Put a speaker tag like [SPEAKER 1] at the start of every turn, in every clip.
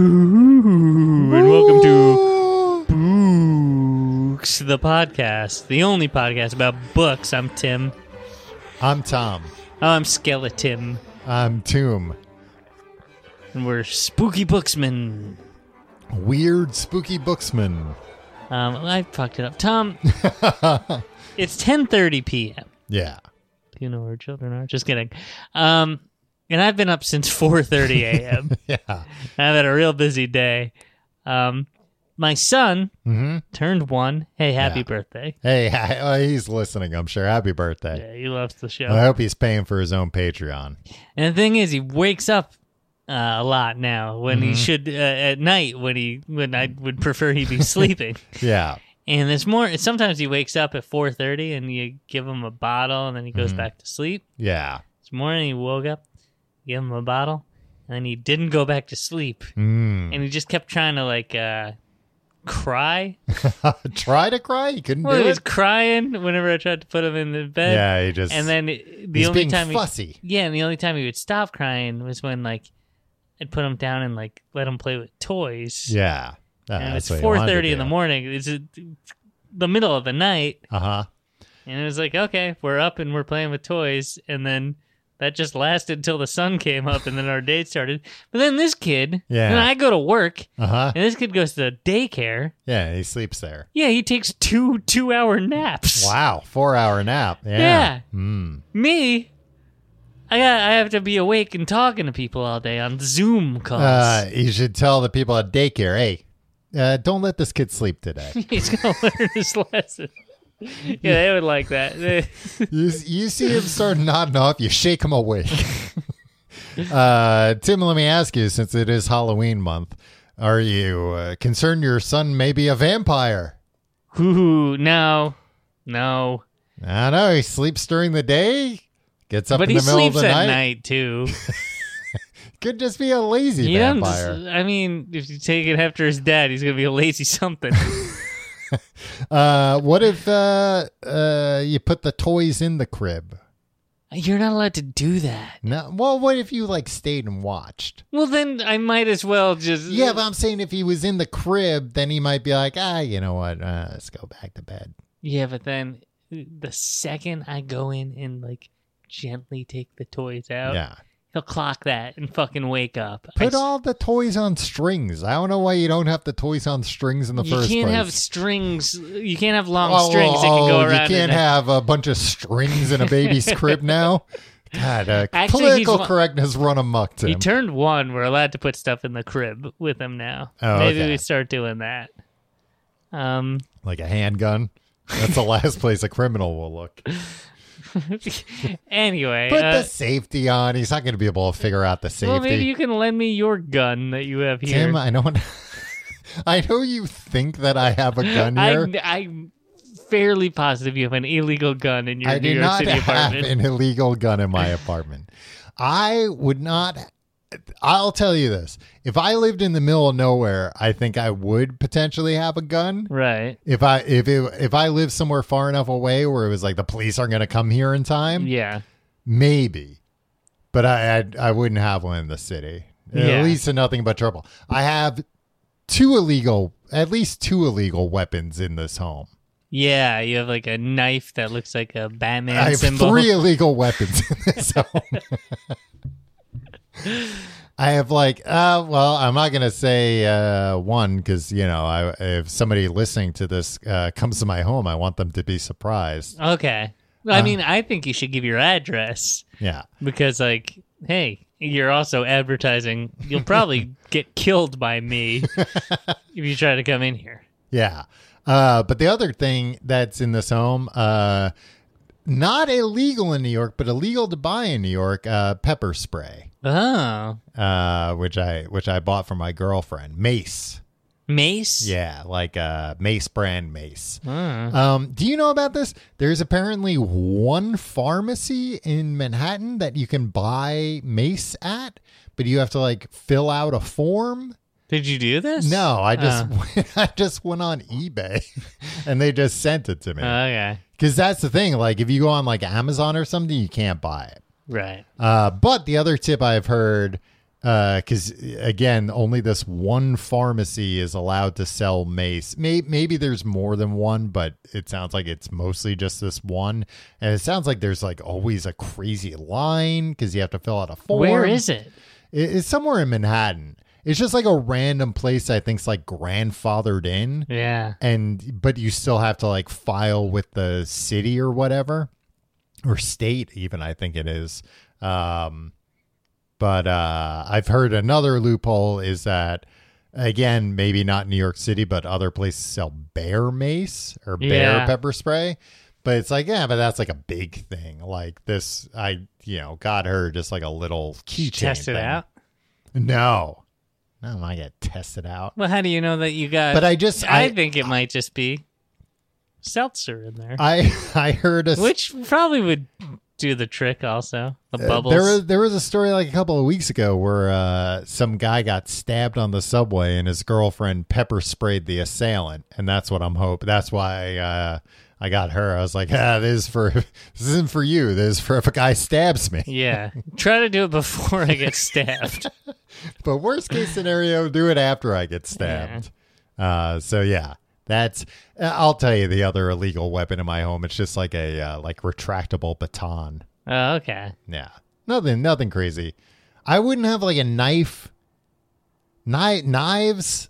[SPEAKER 1] Hello, and welcome to Books, the podcast, the only podcast about books. I'm Tim. Oh,
[SPEAKER 2] I'm Tom.
[SPEAKER 1] I'm Skeleton,
[SPEAKER 2] I'm Tomb.
[SPEAKER 1] and we're spooky booksmen.
[SPEAKER 2] Weird spooky booksman.
[SPEAKER 1] Um, I fucked it up, Tom. it's 10:30 p.m.
[SPEAKER 2] Yeah.
[SPEAKER 1] Do you know where children are? Just kidding. Um, and I've been up since 4:30 a.m.
[SPEAKER 2] Yeah.
[SPEAKER 1] I've had a real busy day. Um, my son
[SPEAKER 2] hmm
[SPEAKER 1] turned one. Hey, happy
[SPEAKER 2] Yeah.
[SPEAKER 1] birthday!
[SPEAKER 2] Hey, I, oh, he's listening, I'm sure. Happy birthday.
[SPEAKER 1] Yeah, he loves the show.
[SPEAKER 2] I hope he's paying for his own Patreon.
[SPEAKER 1] And the thing is, he wakes up uh, a lot now when
[SPEAKER 2] Mm-hmm.
[SPEAKER 1] he should uh, at night when he when I would prefer he be sleeping.
[SPEAKER 2] Yeah.
[SPEAKER 1] and there's more. Sometimes he wakes up at four thirty, and you give him a bottle, and then he goes
[SPEAKER 2] Mm-hmm.
[SPEAKER 1] back to sleep.
[SPEAKER 2] Yeah.
[SPEAKER 1] This morning he woke up, you give him a bottle, and then he didn't go back to sleep,
[SPEAKER 2] Mm.
[SPEAKER 1] and he just kept trying to like. uh Cry.
[SPEAKER 2] Try to cry? He couldn't
[SPEAKER 1] Well,
[SPEAKER 2] do
[SPEAKER 1] he was
[SPEAKER 2] it.
[SPEAKER 1] crying whenever I tried to put him in the bed.
[SPEAKER 2] Yeah, he just.
[SPEAKER 1] And then the
[SPEAKER 2] he's
[SPEAKER 1] only
[SPEAKER 2] being
[SPEAKER 1] time he
[SPEAKER 2] fussy.
[SPEAKER 1] Yeah, and the only time he would stop crying was when like I'd put him down and like let him play with toys.
[SPEAKER 2] Yeah. Uh,
[SPEAKER 1] and it's
[SPEAKER 2] that's what you wanna
[SPEAKER 1] four thirty in
[SPEAKER 2] do.
[SPEAKER 1] the morning. It's uh, the middle of the night,
[SPEAKER 2] Uh-huh.
[SPEAKER 1] and it was like, okay, we're up and we're playing with toys, and then that just lasted till the sun came up, and then our date started. But then this kid,
[SPEAKER 2] Yeah.
[SPEAKER 1] and I go to work,
[SPEAKER 2] Uh-huh.
[SPEAKER 1] and this kid goes to daycare.
[SPEAKER 2] Yeah, he sleeps there.
[SPEAKER 1] Yeah, he takes two two hour naps.
[SPEAKER 2] Wow, four hour nap. Yeah.
[SPEAKER 1] Yeah.
[SPEAKER 2] Mm.
[SPEAKER 1] Me. I, got, I have to be awake and talking to people all day on Zoom calls.
[SPEAKER 2] Uh, you should tell the people at daycare, hey, uh, don't let this kid sleep today.
[SPEAKER 1] He's gonna learn his lesson. Yeah, they would like that. They-
[SPEAKER 2] you, you see him start nodding off, you shake him awake. uh, Tim, let me ask you, since it is Halloween month, are you uh, concerned your son may be a vampire?
[SPEAKER 1] Ooh, no, no.
[SPEAKER 2] I know he sleeps during the day, gets up
[SPEAKER 1] but
[SPEAKER 2] in
[SPEAKER 1] he
[SPEAKER 2] the middle of
[SPEAKER 1] sleeps
[SPEAKER 2] the
[SPEAKER 1] at
[SPEAKER 2] night.
[SPEAKER 1] night, too.
[SPEAKER 2] Could just be a lazy
[SPEAKER 1] You don't just-
[SPEAKER 2] vampire.
[SPEAKER 1] I mean, if you take it after his dad, he's gonna be a lazy something.
[SPEAKER 2] Uh, what if uh, uh, you put the toys in the crib?
[SPEAKER 1] You're not allowed to do that.
[SPEAKER 2] No. Well, what if you like stayed and watched?
[SPEAKER 1] Well, then I might as well just
[SPEAKER 2] Yeah, but I'm saying if he was in the crib, then he might be like, ah, you know what? Uh, let's go back to bed.
[SPEAKER 1] yeah. But then the second I go in and like gently take the toys out,
[SPEAKER 2] Yeah.
[SPEAKER 1] he'll clock that and fucking wake up. I
[SPEAKER 2] Put
[SPEAKER 1] s-
[SPEAKER 2] all the toys on strings. I don't know why you don't have the toys on strings in the
[SPEAKER 1] you
[SPEAKER 2] first
[SPEAKER 1] can't
[SPEAKER 2] place.
[SPEAKER 1] have strings. You can't have long
[SPEAKER 2] Oh,
[SPEAKER 1] strings that can
[SPEAKER 2] oh,
[SPEAKER 1] go around.
[SPEAKER 2] You can't
[SPEAKER 1] and-
[SPEAKER 2] have a bunch of strings in a baby's crib now. God, uh,
[SPEAKER 1] Actually,
[SPEAKER 2] political
[SPEAKER 1] he's wa-
[SPEAKER 2] correctness run amok to
[SPEAKER 1] He
[SPEAKER 2] him.
[SPEAKER 1] turned one. We're allowed to put stuff in the crib with him now.
[SPEAKER 2] Oh,
[SPEAKER 1] Maybe
[SPEAKER 2] okay.
[SPEAKER 1] we start doing that. Um,
[SPEAKER 2] like a handgun. That's the last place a criminal will look.
[SPEAKER 1] anyway,
[SPEAKER 2] Put
[SPEAKER 1] uh,
[SPEAKER 2] the safety on. He's not going to be able to figure out the safety.
[SPEAKER 1] well, maybe you can lend me your gun that you have here.
[SPEAKER 2] Tim, I don't. I know you think that I have a gun here.
[SPEAKER 1] I, I'm fairly positive you have an illegal gun in your
[SPEAKER 2] I
[SPEAKER 1] New
[SPEAKER 2] do
[SPEAKER 1] York
[SPEAKER 2] not
[SPEAKER 1] City
[SPEAKER 2] have
[SPEAKER 1] apartment.
[SPEAKER 2] an illegal gun in my apartment. I would not. I'll tell you this: if I lived in the middle of nowhere, I think I would potentially have a gun.
[SPEAKER 1] Right?
[SPEAKER 2] If I if it, if I lived somewhere far enough away where it was like the police aren't going to come here in time,
[SPEAKER 1] Yeah.
[SPEAKER 2] maybe. But I, I I wouldn't have one in the city. It
[SPEAKER 1] Yeah.
[SPEAKER 2] leads to nothing but trouble. I have two illegal, at least two illegal weapons in this home.
[SPEAKER 1] Yeah, you have like a knife that looks like a Batman
[SPEAKER 2] I have
[SPEAKER 1] symbol.
[SPEAKER 2] three illegal weapons in this home. I have like, uh, well, I'm not gonna say uh, one because you know, I, if somebody listening to this uh, comes to my home, I want them to be surprised.
[SPEAKER 1] Okay. Well, I
[SPEAKER 2] Uh,
[SPEAKER 1] mean, I think you should give your address
[SPEAKER 2] Yeah,
[SPEAKER 1] because, like, hey, you're also advertising. You'll probably get killed by me if you try to come in here.
[SPEAKER 2] yeah. Uh, but the other thing that's in this home, uh, not illegal in New York, but illegal to buy in New York, uh, pepper spray,
[SPEAKER 1] Oh,
[SPEAKER 2] uh, which I which I bought for my girlfriend, Mace.
[SPEAKER 1] mace.
[SPEAKER 2] Yeah, like uh, Mace brand Mace.
[SPEAKER 1] Oh.
[SPEAKER 2] Um, do you know about this? There's apparently one pharmacy in Manhattan that you can buy mace at, but you have to like fill out a form.
[SPEAKER 1] Did you do this?
[SPEAKER 2] No, I just
[SPEAKER 1] Oh.
[SPEAKER 2] I just went on eBay and they just sent it to me.
[SPEAKER 1] okay.
[SPEAKER 2] Cuz that's the thing, like if you go on like Amazon or something, you can't buy it.
[SPEAKER 1] Right.
[SPEAKER 2] Uh, but the other tip I've heard because again, only this one pharmacy is allowed to sell mace. May- maybe there's more than one, but it sounds like it's mostly just this one. And it sounds like there's like always a crazy line because you have to fill out a form.
[SPEAKER 1] Where is it?
[SPEAKER 2] It- It's somewhere in Manhattan. It's just like a random place I think's like grandfathered in,
[SPEAKER 1] Yeah.
[SPEAKER 2] and but you still have to like file with the city or whatever, or state even. I think it is. Um, but uh, I've heard another loophole is that again, maybe not New York City, but other places sell bear mace or bear
[SPEAKER 1] Yeah.
[SPEAKER 2] pepper spray. But it's like, yeah, but that's like a big thing. Like this, I you know got her just like a little keychain.
[SPEAKER 1] Test it
[SPEAKER 2] thing.
[SPEAKER 1] out.
[SPEAKER 2] No, no, I'm not gonna test it out.
[SPEAKER 1] Well, how do you know that you got?
[SPEAKER 2] But I just
[SPEAKER 1] I,
[SPEAKER 2] I
[SPEAKER 1] think it might just be seltzer in there,
[SPEAKER 2] I I heard a s-
[SPEAKER 1] which probably would do the trick. Also, the
[SPEAKER 2] uh,
[SPEAKER 1] bubbles.
[SPEAKER 2] There was there was a story like a couple of weeks ago where uh, some guy got stabbed on the subway and his girlfriend pepper sprayed the assailant, and that's what I'm hoping. That's why uh, I got her. I was like, ah, this is for this isn't for you. This is for if a guy stabs me.
[SPEAKER 1] yeah, try to do it before I get stabbed.
[SPEAKER 2] but worst case scenario, do it after I get stabbed. Uh, so yeah, that's. uh, I'll tell you the other illegal weapon in my home. It's just like a uh, like retractable baton.
[SPEAKER 1] oh, okay.
[SPEAKER 2] Yeah, nothing, nothing crazy. I wouldn't have like a knife. Knife, knives,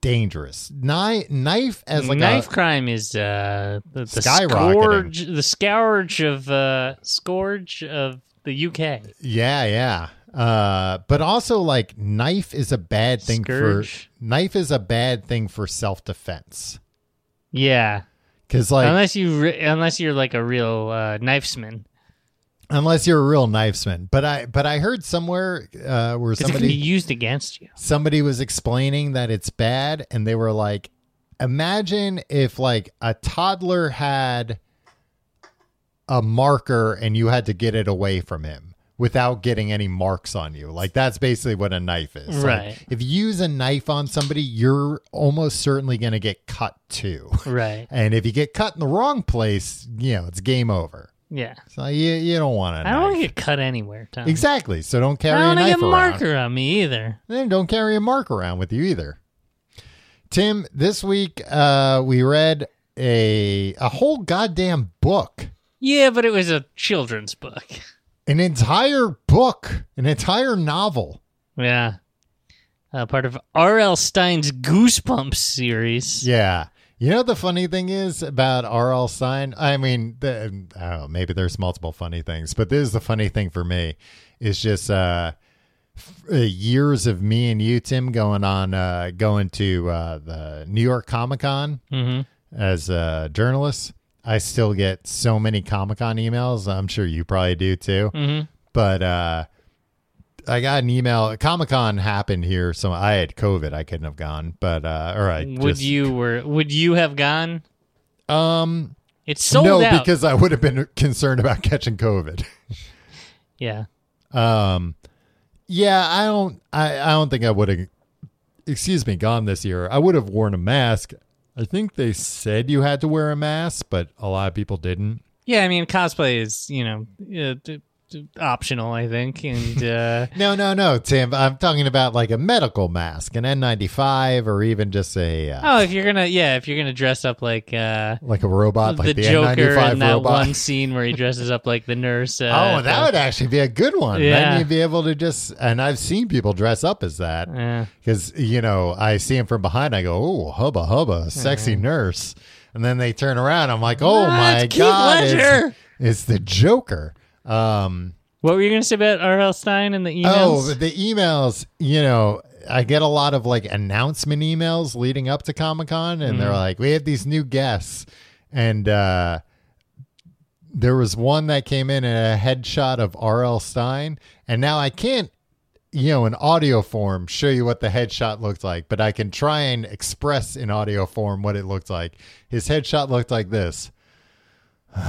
[SPEAKER 2] dangerous. Knife, knife as like
[SPEAKER 1] Knife
[SPEAKER 2] a,
[SPEAKER 1] crime is uh, the, the
[SPEAKER 2] Skyrocketing.
[SPEAKER 1] scourge, the scourge of uh, scourge of the UK.
[SPEAKER 2] Yeah, yeah. Uh, but also like knife is a bad thing
[SPEAKER 1] Scourge.
[SPEAKER 2] for knife is a bad thing for self defense.
[SPEAKER 1] Yeah,
[SPEAKER 2] Cause like
[SPEAKER 1] unless you re- unless you're like a real uh, knifesman,
[SPEAKER 2] unless you're a real knifesman. But I but I heard somewhere uh, where
[SPEAKER 1] 'Cause it can be
[SPEAKER 2] somebody
[SPEAKER 1] used against you.
[SPEAKER 2] somebody was explaining that it's bad, and they were like, imagine if like a toddler had a marker and you had to get it away from him without getting any marks on you. Like that's basically what a knife is. Like,
[SPEAKER 1] Right.
[SPEAKER 2] if you use a knife on somebody, you're almost certainly going to get cut too.
[SPEAKER 1] Right.
[SPEAKER 2] And if you get cut in the wrong place, you know, it's game over.
[SPEAKER 1] Yeah.
[SPEAKER 2] So you, you don't want to.
[SPEAKER 1] I don't want to get cut anywhere, Tom.
[SPEAKER 2] Exactly. So don't
[SPEAKER 1] I
[SPEAKER 2] carry a
[SPEAKER 1] don't want to
[SPEAKER 2] knife
[SPEAKER 1] get
[SPEAKER 2] around.
[SPEAKER 1] marker on me either.
[SPEAKER 2] Then don't carry a mark around with you either. Tim, this week uh, we read a a whole goddamn book,
[SPEAKER 1] Yeah, but it was a children's book.
[SPEAKER 2] an entire book, an entire novel.
[SPEAKER 1] Yeah. Uh, part of R.L. Stein's Goosebumps series.
[SPEAKER 2] Yeah. You know what the funny thing is about R.L. Stein? I mean, the, I don't know, maybe there's multiple funny things, but this is the funny thing for me. Is just uh, f- uh, years of me and you, Tim, going on uh, going to uh, the New York Comic Con
[SPEAKER 1] hmm
[SPEAKER 2] as a journalist. I still get so many Comic Con emails. I'm sure you probably do too.
[SPEAKER 1] hmm
[SPEAKER 2] But uh, I got an email. Comic Con happened here, so I had COVID. I couldn't have gone. But uh, all right,
[SPEAKER 1] Would you were would you have gone?
[SPEAKER 2] Um,
[SPEAKER 1] It's sold
[SPEAKER 2] no,
[SPEAKER 1] out.
[SPEAKER 2] because I would have been concerned about catching COVID.
[SPEAKER 1] yeah.
[SPEAKER 2] Um, yeah, I don't. I, I don't think I would have. Excuse me, gone this year. I would have worn a mask. I think they said you had to wear a mask, but a lot of people didn't.
[SPEAKER 1] Yeah, I mean cosplay is, you know, uh, d- d- optional, I think, and uh
[SPEAKER 2] No, no, no, Tim. I'm talking about like a medical mask, an N95, or even just a uh,
[SPEAKER 1] Oh, if you're going to yeah, if you're going to dress up like uh
[SPEAKER 2] like a robot, like
[SPEAKER 1] the,
[SPEAKER 2] the,
[SPEAKER 1] Joker
[SPEAKER 2] N95
[SPEAKER 1] in that
[SPEAKER 2] robot.
[SPEAKER 1] one scene where he dresses up like the nurse. Uh,
[SPEAKER 2] oh,
[SPEAKER 1] at
[SPEAKER 2] that would actually be a good one.
[SPEAKER 1] Yeah.
[SPEAKER 2] Then you'd be able to just. And I've seen people dress up as that
[SPEAKER 1] the- uh, Yeah.
[SPEAKER 2] because you know I see him from behind. I go, oh, hubba hubba, sexy nurse, and then they turn around. I'm like, oh
[SPEAKER 1] Mm. What?
[SPEAKER 2] my
[SPEAKER 1] Heath
[SPEAKER 2] god, it's,
[SPEAKER 1] Ledger!
[SPEAKER 2] it's the Joker. Um,
[SPEAKER 1] What were you going to say about R.L. Stein and the
[SPEAKER 2] Oh,
[SPEAKER 1] emails?
[SPEAKER 2] but the emails, you know, I get a lot of like announcement emails leading up to Comic Con, and they're like, we have these new guests. And uh, there was one that came in a headshot of R.L. Stein. And now I can't, you know, in audio form show you what the headshot looked like, but I can try and express in audio form what it looked like. His headshot looked like this.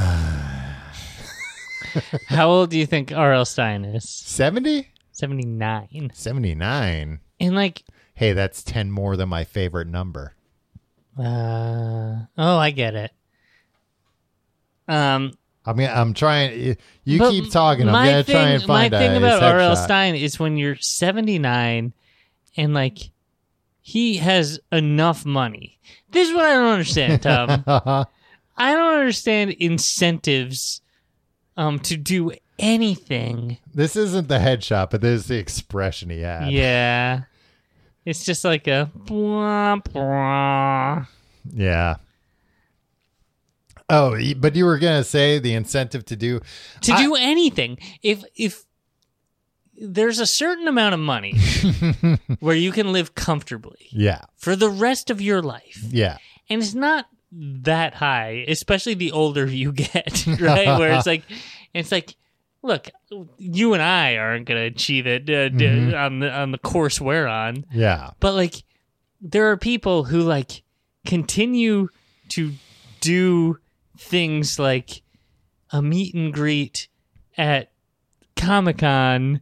[SPEAKER 1] How old do you think R.L. Stein is?
[SPEAKER 2] 70?
[SPEAKER 1] 79.
[SPEAKER 2] 79.
[SPEAKER 1] And like,
[SPEAKER 2] Hey, that's 10 more than my favorite number.
[SPEAKER 1] uh, oh, I get it. Um,
[SPEAKER 2] I mean, I'm trying. You
[SPEAKER 1] But
[SPEAKER 2] keep talking. I'm
[SPEAKER 1] my
[SPEAKER 2] gonna try
[SPEAKER 1] thing-
[SPEAKER 2] and find
[SPEAKER 1] My thing
[SPEAKER 2] a
[SPEAKER 1] about
[SPEAKER 2] sex
[SPEAKER 1] R.L.
[SPEAKER 2] shot.
[SPEAKER 1] Stein is when you're 79 and like he has enough money. This is what I don't understand, Tom.
[SPEAKER 2] Uh-huh.
[SPEAKER 1] I don't understand incentives um to do anything.
[SPEAKER 2] this isn't the headshot, but this is the expression he had.
[SPEAKER 1] Yeah. It's just like a blah blah.
[SPEAKER 2] Yeah. Oh, y- but you were gonna say the incentive to do
[SPEAKER 1] to
[SPEAKER 2] I-
[SPEAKER 1] do anything. If if there's a certain amount of money where you can live comfortably
[SPEAKER 2] yeah,
[SPEAKER 1] for the rest of your life,
[SPEAKER 2] yeah,
[SPEAKER 1] and it's not that high, especially the older you get, right? Where it's like, it's like, look, you and I aren't going to achieve it uh, d-
[SPEAKER 2] Mhm.
[SPEAKER 1] on the on the course we're on,
[SPEAKER 2] yeah,
[SPEAKER 1] but like, there are people who like continue to do things like a meet and greet at Comic Con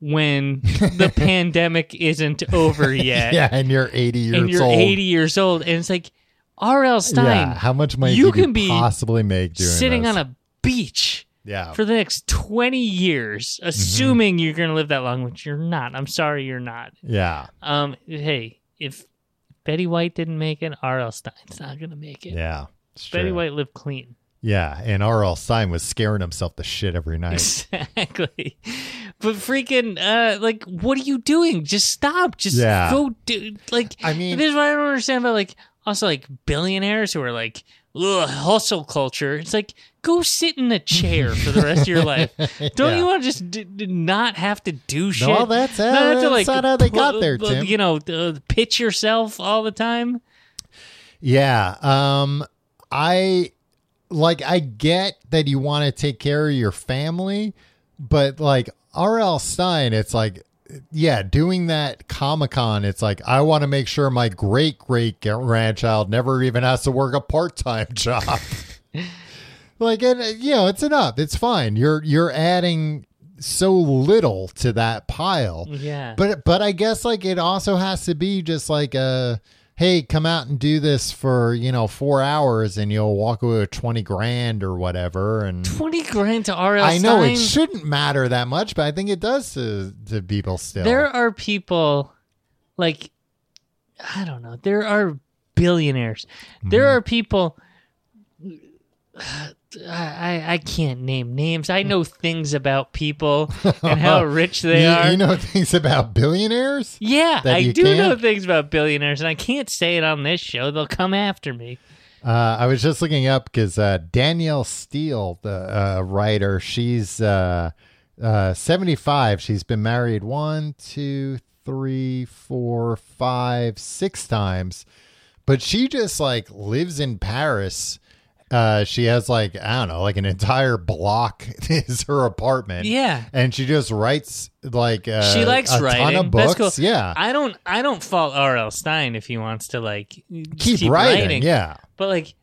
[SPEAKER 1] when the pandemic isn't over yet
[SPEAKER 2] yeah. And you're 80 years
[SPEAKER 1] and you're
[SPEAKER 2] old.
[SPEAKER 1] 80 years old, and it's like R.L.
[SPEAKER 2] yeah.
[SPEAKER 1] Stein
[SPEAKER 2] How much money
[SPEAKER 1] you
[SPEAKER 2] could you
[SPEAKER 1] can be
[SPEAKER 2] possibly make doing
[SPEAKER 1] sitting
[SPEAKER 2] this?
[SPEAKER 1] on a beach
[SPEAKER 2] yeah,
[SPEAKER 1] for the next 20 years,
[SPEAKER 2] Mm-hmm.
[SPEAKER 1] assuming you're going to live that long, which you're not. I'm sorry, you're not.
[SPEAKER 2] yeah,
[SPEAKER 1] Um, hey, if Betty White didn't make it, R.L. Stein's not going to make it.
[SPEAKER 2] yeah. It's
[SPEAKER 1] Betty
[SPEAKER 2] true.
[SPEAKER 1] White lived clean.
[SPEAKER 2] Yeah, and R.L. Stein was scaring himself to shit every night.
[SPEAKER 1] Exactly. But freaking, uh, like, what are you doing? Just stop. Just
[SPEAKER 2] Yeah.
[SPEAKER 1] go do, like,
[SPEAKER 2] I mean-
[SPEAKER 1] this is what I don't understand about, like, also, like, billionaires who are like, ugh, hustle culture. It's like, go sit in a chair for the rest of your life. Don't
[SPEAKER 2] Yeah.
[SPEAKER 1] you want to just d- d- not have to do shit?
[SPEAKER 2] Well, that's how,
[SPEAKER 1] Not have to,
[SPEAKER 2] that's
[SPEAKER 1] like,
[SPEAKER 2] not how they
[SPEAKER 1] pl-
[SPEAKER 2] got there,
[SPEAKER 1] pl-
[SPEAKER 2] Tim.
[SPEAKER 1] You know, uh, pitch yourself all the time.
[SPEAKER 2] Yeah. Um I like I get that you want to take care of your family, but like R.L. Stein, it's like yeah, doing that Comic Con, it's like I want to make sure my great great grandchild never even has to work a part time job. like, and uh, you know, it's enough. It's fine. You're you're adding so little to that pile.
[SPEAKER 1] Yeah.
[SPEAKER 2] But but I guess like it also has to be just like a hey, come out and do this for you know four hours and you'll walk away with twenty grand or whatever. And
[SPEAKER 1] 20 grand to R.L.
[SPEAKER 2] I know it
[SPEAKER 1] Stein?
[SPEAKER 2] shouldn't matter that much, but I think it does to to people still.
[SPEAKER 1] There are people like I don't know. There are billionaires. There
[SPEAKER 2] Mm-hmm.
[SPEAKER 1] are people I, I can't name names. I know things about people and how rich they
[SPEAKER 2] you,
[SPEAKER 1] are.
[SPEAKER 2] you know things about billionaires.
[SPEAKER 1] yeah,
[SPEAKER 2] that
[SPEAKER 1] I
[SPEAKER 2] you
[SPEAKER 1] do
[SPEAKER 2] can't?
[SPEAKER 1] know things about billionaires, and I can't say it on this show. They'll come after me.
[SPEAKER 2] Uh, I was just looking up because uh, Danielle Steele, the uh, writer, she's uh, uh, 75. She's been married one, two, three, four, five, six times. But she just like lives in Paris. Uh, she has like, I don't know, like an entire block is her apartment.
[SPEAKER 1] Yeah.
[SPEAKER 2] And she just writes like uh,
[SPEAKER 1] She likes
[SPEAKER 2] a
[SPEAKER 1] writing.
[SPEAKER 2] ton of books.
[SPEAKER 1] That's cool.
[SPEAKER 2] Yeah.
[SPEAKER 1] I don't. I don't fault R.L. Stein if he wants to like
[SPEAKER 2] keep,
[SPEAKER 1] keep
[SPEAKER 2] writing. Yeah.
[SPEAKER 1] But like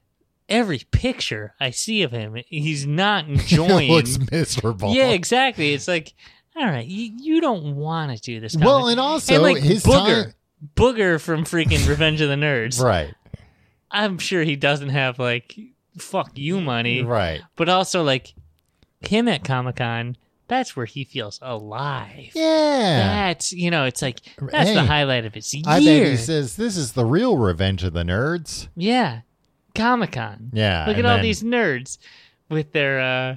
[SPEAKER 1] every picture I see of him, he's not
[SPEAKER 2] It
[SPEAKER 1] enjoying.
[SPEAKER 2] looks miserable.
[SPEAKER 1] yeah, exactly. It's like, all right, you, you don't want to do this. Comic.
[SPEAKER 2] Well, and also
[SPEAKER 1] and like
[SPEAKER 2] his
[SPEAKER 1] Booger,
[SPEAKER 2] time.
[SPEAKER 1] Booger from freaking Revenge of the Nerds.
[SPEAKER 2] Right,
[SPEAKER 1] I'm sure he doesn't have like fuck you money,
[SPEAKER 2] right.
[SPEAKER 1] but also like him at Comic Con. That's where he feels alive.
[SPEAKER 2] Yeah.
[SPEAKER 1] That's you know, it's like that's the
[SPEAKER 2] Hey,
[SPEAKER 1] highlight of his year.
[SPEAKER 2] I bet he says this is the real revenge of the nerds.
[SPEAKER 1] yeah, Comic Con.
[SPEAKER 2] Yeah.
[SPEAKER 1] Look at
[SPEAKER 2] and
[SPEAKER 1] all
[SPEAKER 2] then-
[SPEAKER 1] these nerds with their uh,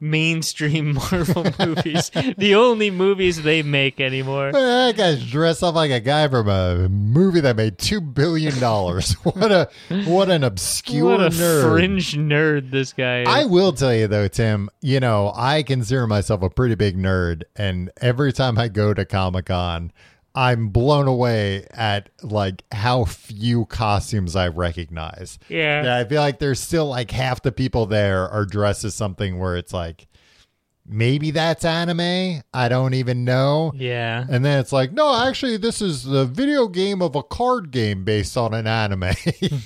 [SPEAKER 1] mainstream Marvel movies, the only movies they make anymore.
[SPEAKER 2] Well, That guy's dressed up like a guy from a movie that made two billion dollars. what a what an obscure
[SPEAKER 1] what a
[SPEAKER 2] nerd.
[SPEAKER 1] fringe nerd this guy is.
[SPEAKER 2] I will tell you though, Tim, you know, I consider myself a pretty big nerd, and every time I go to Comic Con, I'm blown away at like how few costumes I recognize.
[SPEAKER 1] yeah.
[SPEAKER 2] Yeah, I feel like there's still like half the people there are dressed as something where it's like, maybe that's anime. I don't even know.
[SPEAKER 1] Yeah.
[SPEAKER 2] And then it's like, no, actually, this is the video game of a card game based on an anime. and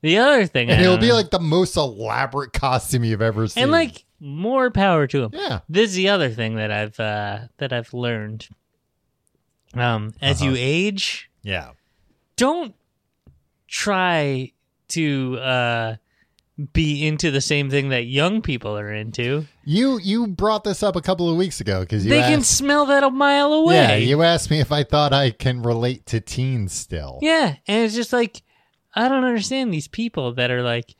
[SPEAKER 1] The other thing, I
[SPEAKER 2] it'll
[SPEAKER 1] don't
[SPEAKER 2] be
[SPEAKER 1] know-
[SPEAKER 2] like the most elaborate costume you've ever seen.
[SPEAKER 1] and like more power to him.
[SPEAKER 2] yeah.
[SPEAKER 1] This is the other thing that I've uh, that I've learned. Um, as
[SPEAKER 2] Uh-huh.
[SPEAKER 1] you age,
[SPEAKER 2] Yeah.
[SPEAKER 1] don't try to uh be into the same thing that young people are into.
[SPEAKER 2] You you brought this up a couple of weeks ago because you
[SPEAKER 1] they can
[SPEAKER 2] asked,
[SPEAKER 1] smell that a mile away.
[SPEAKER 2] yeah you asked me if I thought I can relate to teens still.
[SPEAKER 1] Yeah, and it's just like I don't understand these people that are like,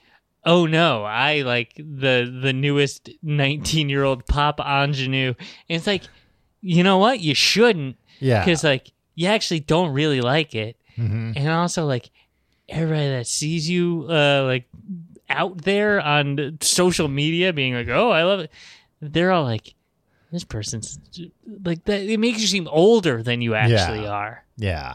[SPEAKER 1] "Oh no, I like the the newest 19-year-old pop ingenue." And it's like, "You know what? You shouldn't
[SPEAKER 2] Yeah,
[SPEAKER 1] cuz like you actually don't really like it."
[SPEAKER 2] Mhm.
[SPEAKER 1] And also like everybody that sees you uh like out there on social media being like, "Oh, I love it." They're all like this person's like that it makes you seem older than you actually are.
[SPEAKER 2] yeah.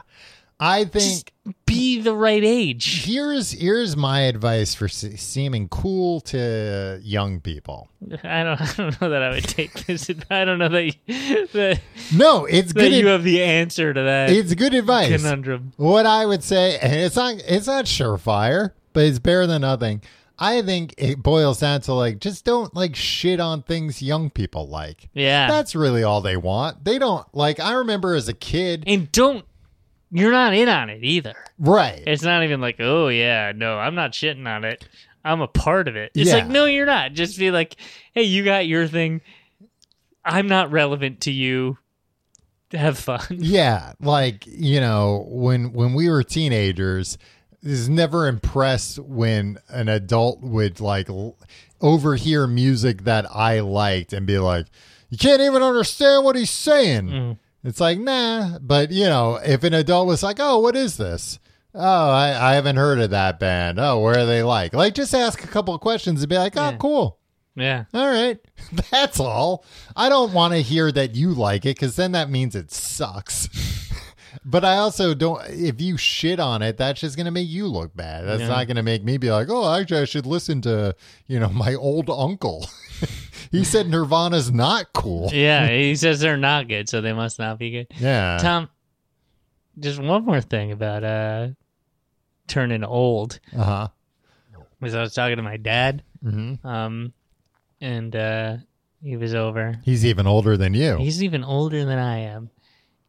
[SPEAKER 2] I think
[SPEAKER 1] Just be the right age.
[SPEAKER 2] here's here's my advice for se- seeming cool to young people.
[SPEAKER 1] I don't, I don't know that I would take this. ad- I don't know that you, that,
[SPEAKER 2] No, it's
[SPEAKER 1] that
[SPEAKER 2] good.
[SPEAKER 1] you
[SPEAKER 2] ad-
[SPEAKER 1] have the answer to that
[SPEAKER 2] it's good advice.
[SPEAKER 1] conundrum.
[SPEAKER 2] What I would say, and it's not it's not surefire, but it's better than nothing. I think it boils down to like just don't like shit on things young people like.
[SPEAKER 1] Yeah,
[SPEAKER 2] That's really all they want. They don't like. I remember as a kid,
[SPEAKER 1] and don't you're not in on it either.
[SPEAKER 2] right?
[SPEAKER 1] It's not even like, oh yeah, no, I'm not shitting on it. I'm a part of it. It's
[SPEAKER 2] Yeah.
[SPEAKER 1] like, no, you're not. Just be like, hey, you got your thing. I'm not relevant to you. Have fun.
[SPEAKER 2] Yeah, like you know, when when we were teenagers, I was never impressed when an adult would like l- overhear music that I liked and be like, "You can't even understand what he's saying."
[SPEAKER 1] Mm.
[SPEAKER 2] It's like, nah. But, you know, if an adult was like, oh, what is this? Oh, I, I haven't heard of that band. Oh, where are they like? Like, just ask a couple of questions and be like, oh,
[SPEAKER 1] Yeah.
[SPEAKER 2] cool.
[SPEAKER 1] Yeah,
[SPEAKER 2] All right. That's all. I don't want to hear that you like it because then that means it sucks. but I also don't, if you shit on it, that's just going to make you look bad. That's
[SPEAKER 1] Yeah.
[SPEAKER 2] not going to make me be like, oh, actually, I should listen to, you know, my old uncle. he said Nirvana's not cool.
[SPEAKER 1] yeah. He says they're not good, so they must not be good.
[SPEAKER 2] Yeah.
[SPEAKER 1] Tom, just one more thing about uh turning old.
[SPEAKER 2] Uh huh.
[SPEAKER 1] Because I was talking to my dad,
[SPEAKER 2] hmm
[SPEAKER 1] um, and uh, he was over.
[SPEAKER 2] He's even older than you.
[SPEAKER 1] He's even older than I am,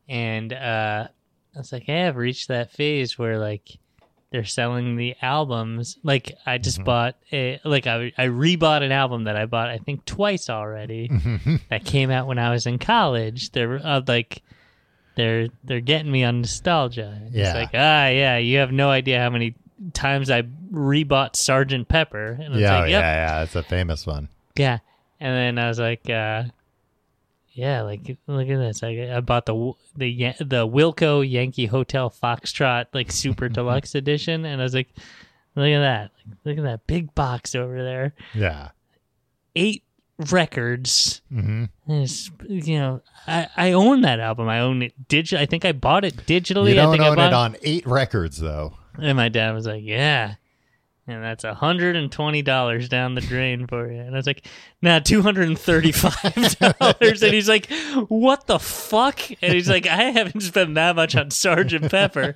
[SPEAKER 1] and uh, I was like, "Hey, I've reached that phase where like they're selling the albums. Like I just
[SPEAKER 2] Mhm.
[SPEAKER 1] bought a like I I rebought an album that I bought I think twice already that came out when I was in college. They're uh, like they're they're getting me on nostalgia.
[SPEAKER 2] Yeah.
[SPEAKER 1] It's like, ah yeah, you have no idea how many times I rebought Sergeant Pepper. And it's
[SPEAKER 2] yeah,
[SPEAKER 1] like,
[SPEAKER 2] yeah,
[SPEAKER 1] yep.
[SPEAKER 2] yeah. It's a famous one.
[SPEAKER 1] Yeah. And then I was like, uh yeah, like look at this. I, I bought the w- the Yan- the Wilco Yankee Hotel Foxtrot like super deluxe edition, and I was like, look at that, look at that big box over there,
[SPEAKER 2] Yeah.
[SPEAKER 1] eight records,
[SPEAKER 2] hmm
[SPEAKER 1] it's, you know, I, I own that album. I own it digi- I think I bought it digitally.
[SPEAKER 2] You
[SPEAKER 1] I
[SPEAKER 2] don't
[SPEAKER 1] think I
[SPEAKER 2] own
[SPEAKER 1] bought
[SPEAKER 2] it on eight records, though.
[SPEAKER 1] And my dad was like, "Yeah." And that's hundred and twenty dollars down the drain for you. And I was like, nah, two hundred and thirty-five dollars. and he's like, "What the fuck?" And he's like, "I haven't spent that much on Sergeant Pepper."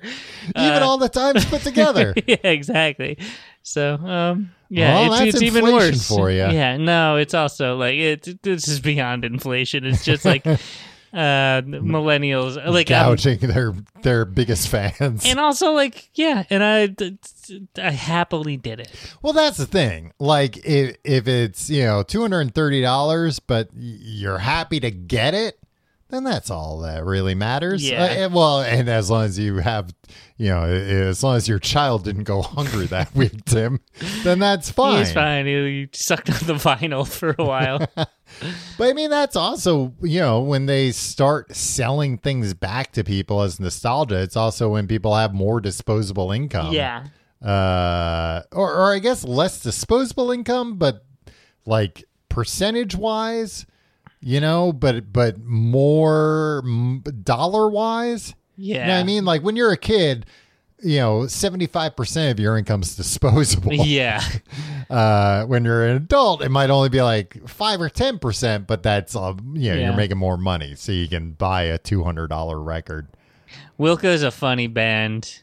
[SPEAKER 2] even
[SPEAKER 1] Uh,
[SPEAKER 2] all the times put together.
[SPEAKER 1] yeah, exactly. So, um, yeah,
[SPEAKER 2] Well,
[SPEAKER 1] it's,
[SPEAKER 2] that's
[SPEAKER 1] it's even
[SPEAKER 2] inflation
[SPEAKER 1] worse
[SPEAKER 2] for ya.
[SPEAKER 1] Yeah, no, it's also like it. This is beyond inflation. It's just like uh, millennials, like um,
[SPEAKER 2] gouging their their biggest fans.
[SPEAKER 1] and also like yeah, and I, d- d- I happily did it.
[SPEAKER 2] well, that's the thing. Like, if if it's you know two hundred and thirty dollars, but y- you're happy to get it, then that's all that really matters.
[SPEAKER 1] Yeah.
[SPEAKER 2] Uh, and- well, and as long as you have, you know, as long as your child didn't go hungry that week, Tim, then that's
[SPEAKER 1] He
[SPEAKER 2] fine.
[SPEAKER 1] was fine. He, he sucked on the vinyl for a while.
[SPEAKER 2] But I mean, that's also, you know, when they start selling things back to people as nostalgia, it's also when people have more disposable income.
[SPEAKER 1] yeah,
[SPEAKER 2] Uh, or, or I guess less disposable income, but like percentage wise, you know, but, but more dollar wise.
[SPEAKER 1] yeah.
[SPEAKER 2] You know what I mean? Like when you're a kid, you know, 75% of your income's disposable
[SPEAKER 1] Yeah,
[SPEAKER 2] uh, when you're an adult, it might only be like five or ten percent, but that's uh, you know
[SPEAKER 1] Yeah.
[SPEAKER 2] you're making more money, so you can buy a two hundred dollar record.
[SPEAKER 1] Wilco's a funny band.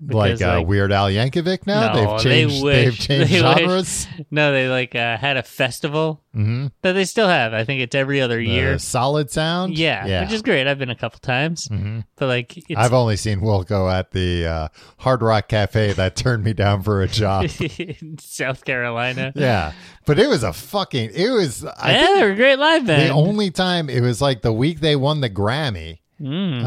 [SPEAKER 2] like,
[SPEAKER 1] Because,
[SPEAKER 2] uh,
[SPEAKER 1] like-
[SPEAKER 2] Weird Al Yankovic now?
[SPEAKER 1] No,
[SPEAKER 2] they've
[SPEAKER 1] they
[SPEAKER 2] changed.
[SPEAKER 1] wish-
[SPEAKER 2] have changed
[SPEAKER 1] they wish.
[SPEAKER 2] genres.
[SPEAKER 1] No, they like uh, had a festival
[SPEAKER 2] Mm-hmm.
[SPEAKER 1] that they still have. I think it's every other year.
[SPEAKER 2] solid sound.
[SPEAKER 1] Yeah,
[SPEAKER 2] yeah.
[SPEAKER 1] which is great. I've been a couple times,
[SPEAKER 2] Mhm.
[SPEAKER 1] but like it's
[SPEAKER 2] I've only seen Wilco at the uh, Hard Rock Cafe that turned me down for a job.
[SPEAKER 1] in South Carolina.
[SPEAKER 2] yeah, but it was a fucking. It was. I
[SPEAKER 1] yeah,
[SPEAKER 2] think
[SPEAKER 1] they were a great live
[SPEAKER 2] the
[SPEAKER 1] band.
[SPEAKER 2] only time it was like the week they won the Grammy.
[SPEAKER 1] Mm.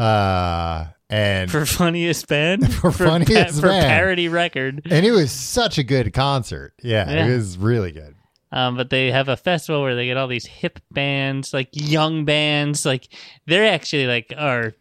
[SPEAKER 2] Uh, and
[SPEAKER 1] for funniest band
[SPEAKER 2] For funniest
[SPEAKER 1] for
[SPEAKER 2] band.
[SPEAKER 1] parody record.
[SPEAKER 2] and it was such a good concert. Yeah,
[SPEAKER 1] Yeah.
[SPEAKER 2] it was really good.
[SPEAKER 1] Um, but they have a festival where they get all these hip bands, like young bands, like they're actually like are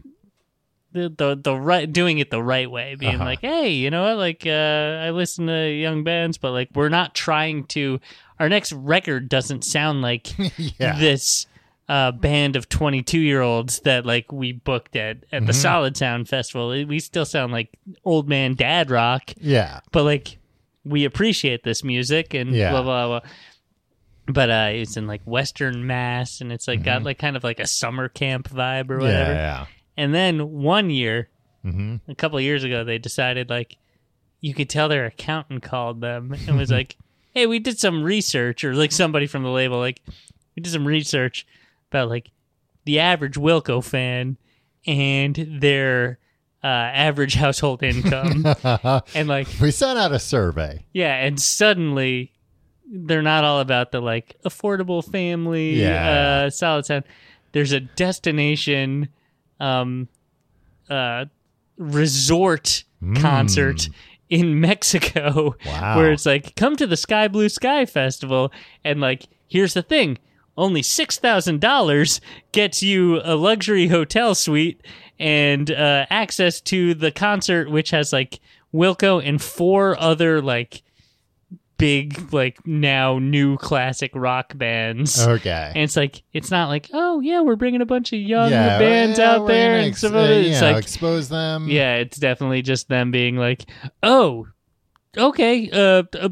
[SPEAKER 1] the the, the right doing it the right way, being
[SPEAKER 2] Uh-huh.
[SPEAKER 1] like, hey, you know what? Like uh, I listen to young bands, but like we're not trying to. Our next record doesn't sound like
[SPEAKER 2] yeah.
[SPEAKER 1] this uh, band of 22 year olds that like we booked at at the
[SPEAKER 2] Mhm.
[SPEAKER 1] Solid Sound Festival. We still sound like old man dad rock
[SPEAKER 2] yeah.
[SPEAKER 1] but like we appreciate this music and
[SPEAKER 2] Yeah.
[SPEAKER 1] blah blah blah. But uh, it's in like Western Mass, and it's like got like kind of like a summer camp vibe or whatever.
[SPEAKER 2] Mm-hmm. Yeah.
[SPEAKER 1] And then one year,
[SPEAKER 2] yeah. hmm
[SPEAKER 1] a couple of years ago, they decided like you could tell their accountant called them and was like, "Hey, we did some research," or like somebody from the label like we did some research about like the average Wilco fan and their uh, average household income, and like
[SPEAKER 2] we sent out a survey.
[SPEAKER 1] yeah, and suddenly they're not all about the like affordable family,
[SPEAKER 2] Yeah.
[SPEAKER 1] uh, solid sound. There's a destination, um, uh, resort concert in Mexico
[SPEAKER 2] Mm. Wow.
[SPEAKER 1] where it's like, come to the Sky Blue Sky Festival, and like, here's the thing. Only six thousand dollars gets you a luxury hotel suite and uh, access to the concert, which has like Wilco and four other like big, like now new classic rock bands.
[SPEAKER 2] Okay.
[SPEAKER 1] And it's like it's not like oh yeah, we're bringing a bunch of young
[SPEAKER 2] yeah,
[SPEAKER 1] bands
[SPEAKER 2] yeah,
[SPEAKER 1] out
[SPEAKER 2] we're
[SPEAKER 1] there
[SPEAKER 2] gonna
[SPEAKER 1] and
[SPEAKER 2] ex-
[SPEAKER 1] some
[SPEAKER 2] uh,
[SPEAKER 1] of it.
[SPEAKER 2] you
[SPEAKER 1] It's
[SPEAKER 2] know,
[SPEAKER 1] like
[SPEAKER 2] expose them.
[SPEAKER 1] yeah, it's definitely just them being like, "Oh, okay, uh, a,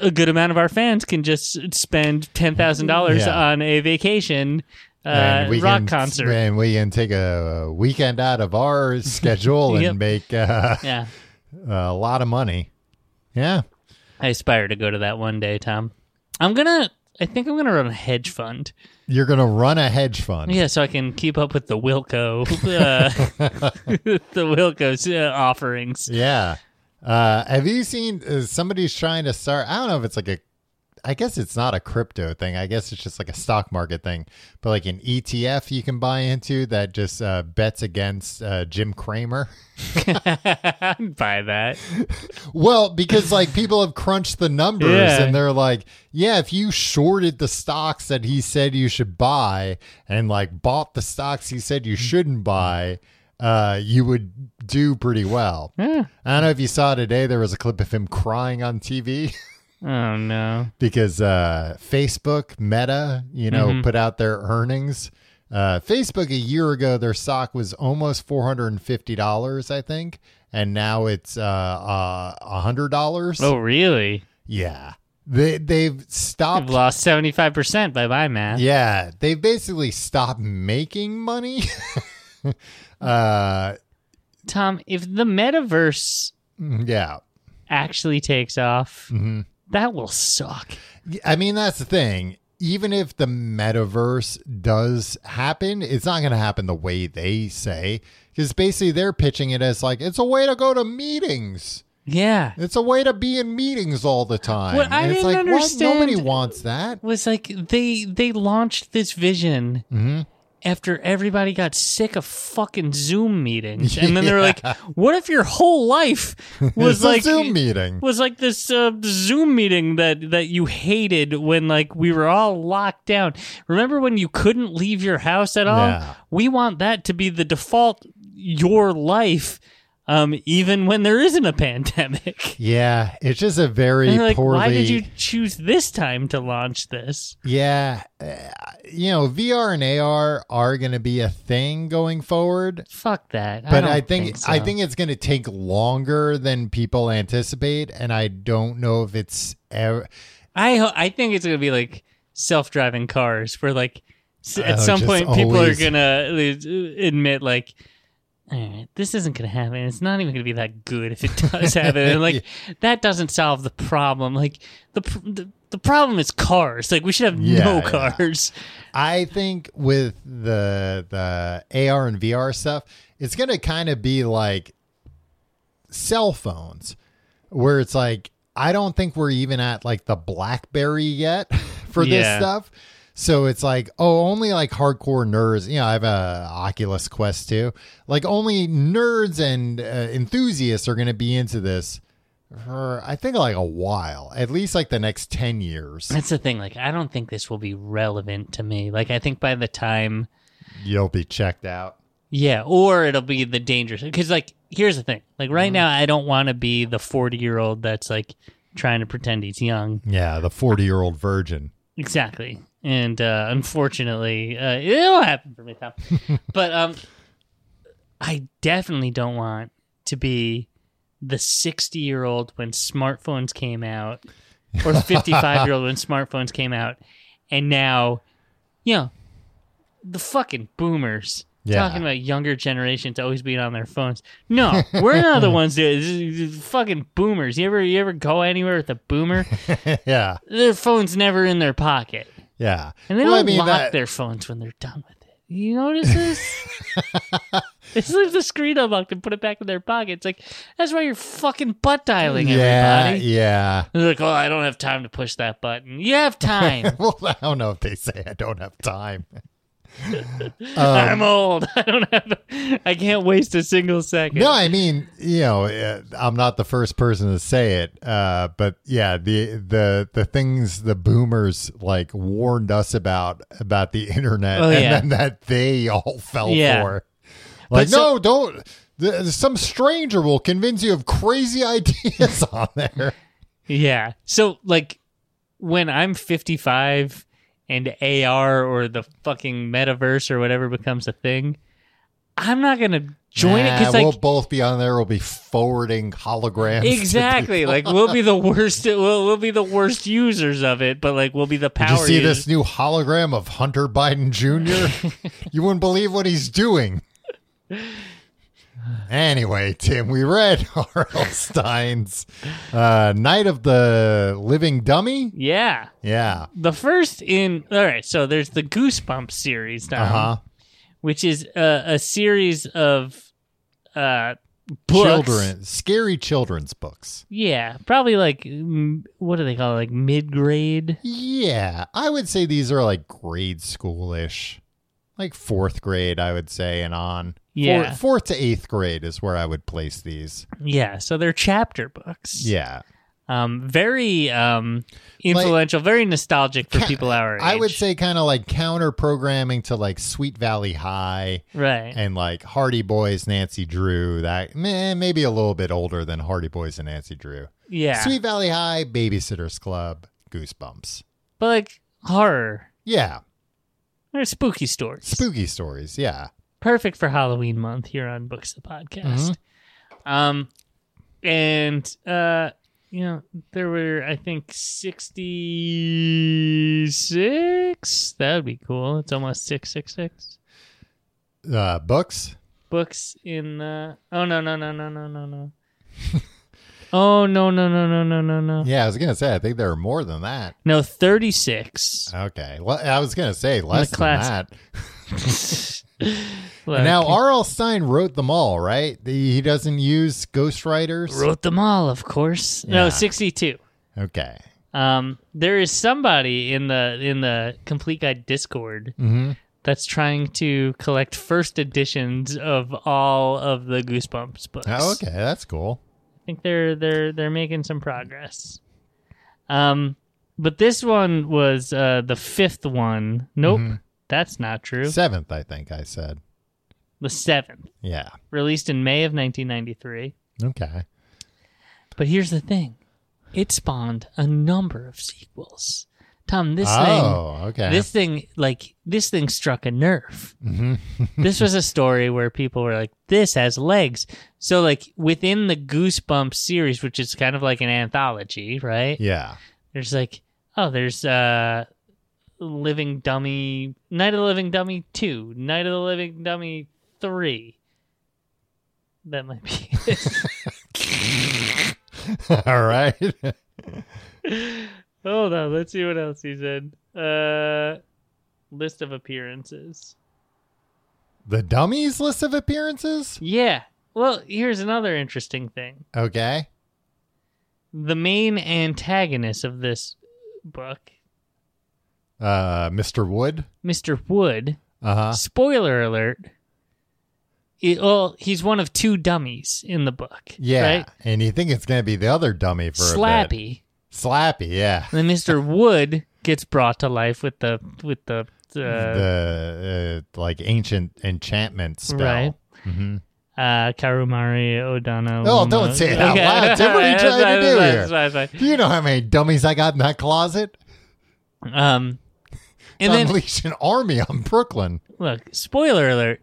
[SPEAKER 1] a good amount of our fans can just spend ten thousand dollars
[SPEAKER 2] Yeah.
[SPEAKER 1] on a vacation uh,
[SPEAKER 2] And we
[SPEAKER 1] rock
[SPEAKER 2] can,
[SPEAKER 1] concert."
[SPEAKER 2] and we can take a weekend out of our schedule and
[SPEAKER 1] Yep.
[SPEAKER 2] make uh,
[SPEAKER 1] Yeah,
[SPEAKER 2] a lot of money. Yeah,
[SPEAKER 1] I aspire to go to that one day, Tom. I'm gonna. I think I'm gonna run a hedge fund.
[SPEAKER 2] you're gonna run a hedge fund.
[SPEAKER 1] Yeah, so I can keep up with the Wilco, uh, the Wilco's uh, offerings.
[SPEAKER 2] Yeah. Uh, have you seen uh, somebody's trying to start? I don't know if it's like a, I guess it's not a crypto thing. I guess it's just like a stock market thing, but like an ETF you can buy into that just uh, bets against uh, Jim Cramer.
[SPEAKER 1] I'd buy that.
[SPEAKER 2] Well, because like people have crunched the numbers
[SPEAKER 1] Yeah.
[SPEAKER 2] and they're like, yeah, if you shorted the stocks that he said you should buy and like bought the stocks he said you shouldn't buy, uh, you would do pretty well.
[SPEAKER 1] Yeah.
[SPEAKER 2] I don't know if you saw today, there was a clip of him crying on TV
[SPEAKER 1] Oh no.
[SPEAKER 2] because uh, Facebook, Meta, you know,
[SPEAKER 1] Mm-hmm.
[SPEAKER 2] put out their earnings. Uh, Facebook a year ago, their stock was almost four hundred and fifty dollars, I think, and now it's uh, uh, hundred dollars.
[SPEAKER 1] Oh really?
[SPEAKER 2] yeah, they they've
[SPEAKER 1] I've
[SPEAKER 2] stopped.
[SPEAKER 1] lost seventy five percent by my math.
[SPEAKER 2] Yeah, they basically stopped making money. uh,
[SPEAKER 1] Tom, if the metaverse
[SPEAKER 2] mm, yeah.
[SPEAKER 1] actually takes off,
[SPEAKER 2] hmm
[SPEAKER 1] that will suck.
[SPEAKER 2] I mean, that's the thing. Even if the metaverse does happen, it's not going to happen the way they say. Because basically, they're pitching it as like, it's a way to go to meetings.
[SPEAKER 1] Yeah.
[SPEAKER 2] It's a way to be in meetings all the time.
[SPEAKER 1] What I
[SPEAKER 2] And it's
[SPEAKER 1] didn't
[SPEAKER 2] like, what? Nobody
[SPEAKER 1] understand-
[SPEAKER 2] wants that.
[SPEAKER 1] Was like they they launched this vision
[SPEAKER 2] Mhm.
[SPEAKER 1] after everybody got sick of fucking Zoom meetings. And then they were like, what if your whole life was
[SPEAKER 2] It's
[SPEAKER 1] like
[SPEAKER 2] a Zoom meeting.
[SPEAKER 1] was like this uh, Zoom meeting that that you hated when like we were all locked down. Remember when you couldn't leave your house at all?
[SPEAKER 2] Yeah.
[SPEAKER 1] We want that to be the default your life um even when there isn't a pandemic.
[SPEAKER 2] Yeah, it's just a very
[SPEAKER 1] And like
[SPEAKER 2] poorly.
[SPEAKER 1] why did you choose this time to launch this?
[SPEAKER 2] Yeah, uh, you know, VR and AR are going to be a thing going forward.
[SPEAKER 1] Fuck that.
[SPEAKER 2] but
[SPEAKER 1] don't
[SPEAKER 2] I, think,
[SPEAKER 1] so.
[SPEAKER 2] I think it's going to take longer than people anticipate, and I don't know if it's ever.
[SPEAKER 1] I ho- I think it's gonna be like self-driving cars, where like s- at
[SPEAKER 2] Oh,
[SPEAKER 1] some
[SPEAKER 2] just
[SPEAKER 1] point people are
[SPEAKER 2] always-
[SPEAKER 1] gonna uh, admit like all right, this isn't going to happen. It's not even going to be that good if it does happen. And like, that doesn't solve the problem. Like, the, pr- the, the problem is cars. Like, we should have
[SPEAKER 2] Yeah,
[SPEAKER 1] no
[SPEAKER 2] yeah.
[SPEAKER 1] cars.
[SPEAKER 2] I think with the the AR and VR stuff, it's gonna kind of be like cell phones, where it's like I don't think we're even at like the BlackBerry yet for this
[SPEAKER 1] Yeah.
[SPEAKER 2] stuff. So it's like, oh, only like hardcore nerds. You know, I have a Oculus Quest too. Like only nerds and uh, enthusiasts are going to be into this for I think like a while, at least like the next ten years.
[SPEAKER 1] That's the thing. Like, I don't think this will be relevant to me. Like, I think by the time,
[SPEAKER 2] You'll be checked out.
[SPEAKER 1] yeah, or it'll be the dangerous. Because, like, here's the thing. Like, right now, I don't want to be the 40 year old that's like trying to pretend he's young.
[SPEAKER 2] Yeah, the forty-year-old virgin.
[SPEAKER 1] Exactly. And uh, unfortunately, uh, it'll happen for me, Tom. but um, I definitely don't want to be the 60 year old when smartphones came out or 55 year old when smartphones came out. And now, you know, the fucking boomers.
[SPEAKER 2] Yeah.
[SPEAKER 1] Talking about younger generations always being on their phones. No, we're not the ones doing it. This is Fucking boomers. You ever you ever go anywhere with a boomer?
[SPEAKER 2] yeah,
[SPEAKER 1] their phone's never in their pocket.
[SPEAKER 2] yeah.
[SPEAKER 1] And they
[SPEAKER 2] Well,
[SPEAKER 1] don't lock their phones when they're done with it. You notice this? they just leave the screen unlocked and put it back in their pocket. It's like, that's why you're fucking butt dialing
[SPEAKER 2] yeah,
[SPEAKER 1] everybody.
[SPEAKER 2] yeah.
[SPEAKER 1] They're like, oh, I don't have time to push that button. You have time.
[SPEAKER 2] Well, I don't know if they say I don't have time.
[SPEAKER 1] I'm old. I don't have. I can't waste a single second.
[SPEAKER 2] No, I mean, you know, uh, I'm not the first person to say it, uh, but yeah, the the the things the boomers like warned us about about the internet,
[SPEAKER 1] Oh,
[SPEAKER 2] and
[SPEAKER 1] yeah.
[SPEAKER 2] then that they all fell
[SPEAKER 1] Yeah.
[SPEAKER 2] for. Like,
[SPEAKER 1] so-
[SPEAKER 2] no, don't. th- Some stranger will convince you of crazy ideas on there.
[SPEAKER 1] Yeah. So like when I'm 55 and AR or the fucking metaverse or whatever becomes a thing, I'm not going to join it
[SPEAKER 2] Nah,
[SPEAKER 1] 'cause it cuz
[SPEAKER 2] we'll
[SPEAKER 1] like
[SPEAKER 2] both be on there. We'll be forwarding holograms. to
[SPEAKER 1] exactly like we'll be the worst we'll, we'll be the worst users of it, but like we'll be the power
[SPEAKER 2] Did you see
[SPEAKER 1] users.
[SPEAKER 2] this new hologram of Hunter Biden Jr.? you wouldn't believe what he's doing. Anyway, Tim, we read R.L. Stein's uh, Night of the Living Dummy.
[SPEAKER 1] Yeah.
[SPEAKER 2] Yeah.
[SPEAKER 1] The first in All right, so there's the Goosebumps series now,
[SPEAKER 2] Uh huh.
[SPEAKER 1] which is a, a series of uh books.
[SPEAKER 2] Children, scary children's books.
[SPEAKER 1] Yeah, probably like mm, what do they call it? Like mid-grade.
[SPEAKER 2] Yeah. I would say these are like grade schoolish, like fourth grade, I would say, and on.
[SPEAKER 1] Yeah.
[SPEAKER 2] Fourth, fourth to eighth grade is where I would place these.
[SPEAKER 1] Yeah, so they're chapter books.
[SPEAKER 2] Yeah.
[SPEAKER 1] Um, very um, influential, very nostalgic for
[SPEAKER 2] Ca-
[SPEAKER 1] people our age.
[SPEAKER 2] I would say kind of like counter programming to like Sweet Valley High
[SPEAKER 1] Right.
[SPEAKER 2] and like Hardy Boys, Nancy Drew. That meh, maybe a little bit older than Hardy Boys and Nancy Drew.
[SPEAKER 1] yeah.
[SPEAKER 2] Sweet Valley High, Babysitters Club, Goosebumps.
[SPEAKER 1] But like horror
[SPEAKER 2] Yeah,
[SPEAKER 1] or spooky stories.
[SPEAKER 2] spooky stories. Yeah,
[SPEAKER 1] Perfect for Halloween month here on Books the Podcast.
[SPEAKER 2] Mm-hmm.
[SPEAKER 1] Um, and, uh, you know, there were, I think, 66. That would be cool. It's almost 666
[SPEAKER 2] uh, books.
[SPEAKER 1] books in. Uh, oh, no, no, no, no, no, no, no. oh, no, no, no, no, no, no, no.
[SPEAKER 2] Yeah, I was gonna say I think there are more than that.
[SPEAKER 1] No, 36.
[SPEAKER 2] Okay, well, I was gonna say less than
[SPEAKER 1] class-
[SPEAKER 2] that.
[SPEAKER 1] Look,
[SPEAKER 2] now R.L. Stein wrote them all, right? The- He doesn't use ghostwriters.
[SPEAKER 1] wrote them all, of course.
[SPEAKER 2] Yeah.
[SPEAKER 1] No, 62.
[SPEAKER 2] okay.
[SPEAKER 1] Um, there is somebody in the in the Complete Guide Discord
[SPEAKER 2] Mm-hmm.
[SPEAKER 1] that's trying to collect first editions of all of the Goosebumps books.
[SPEAKER 2] Oh, okay, that's cool.
[SPEAKER 1] I think they're they're they're making some progress. Um, but this one was uh, the fifth one. Nope,
[SPEAKER 2] Mm-hmm.
[SPEAKER 1] that's not true.
[SPEAKER 2] Seventh, I think I said.
[SPEAKER 1] The seventh,
[SPEAKER 2] Yeah.
[SPEAKER 1] released in May of 1993.
[SPEAKER 2] Okay.
[SPEAKER 1] But here's the thing it spawned a number of sequels. Tom, this
[SPEAKER 2] oh,
[SPEAKER 1] thing,
[SPEAKER 2] okay.
[SPEAKER 1] this thing, like, this thing struck a nerve.
[SPEAKER 2] Mhm.
[SPEAKER 1] this was a story where people were like, this has legs. So, like, within the Goosebumps series, which is kind of like an anthology, right?
[SPEAKER 2] yeah.
[SPEAKER 1] There's like, oh, there's, uh, Living Dummy, Night of the Living Dummy 2, Night of the Living Dummy 3, That might be it.
[SPEAKER 2] All right.
[SPEAKER 1] Hold on, let's see what else he said. Uh, list of appearances.
[SPEAKER 2] the dummies list of appearances?
[SPEAKER 1] Yeah. Well, here's another interesting thing.
[SPEAKER 2] Okay.
[SPEAKER 1] The main antagonist of this book,
[SPEAKER 2] Uh, Mr. Wood.
[SPEAKER 1] Mr. Wood,
[SPEAKER 2] Uh huh.
[SPEAKER 1] spoiler alert. It, well, he's one of two dummies in the book.
[SPEAKER 2] Yeah.
[SPEAKER 1] Right?
[SPEAKER 2] And you think it's going to be the other dummy for a bit.
[SPEAKER 1] Slappy.
[SPEAKER 2] Slappy, yeah.
[SPEAKER 1] And then Mr. Wood gets brought to life with the with the, uh, the
[SPEAKER 2] the uh, like ancient enchantment spell.
[SPEAKER 1] Right.
[SPEAKER 2] hmm
[SPEAKER 1] uh, Karumari Odano.
[SPEAKER 2] Oh, don't say it out loud. That's what we're trying to do here. Do you know how many dummies I got in that closet?
[SPEAKER 1] Um, and then
[SPEAKER 2] Unleash an army on Brooklyn.
[SPEAKER 1] look, spoiler alert.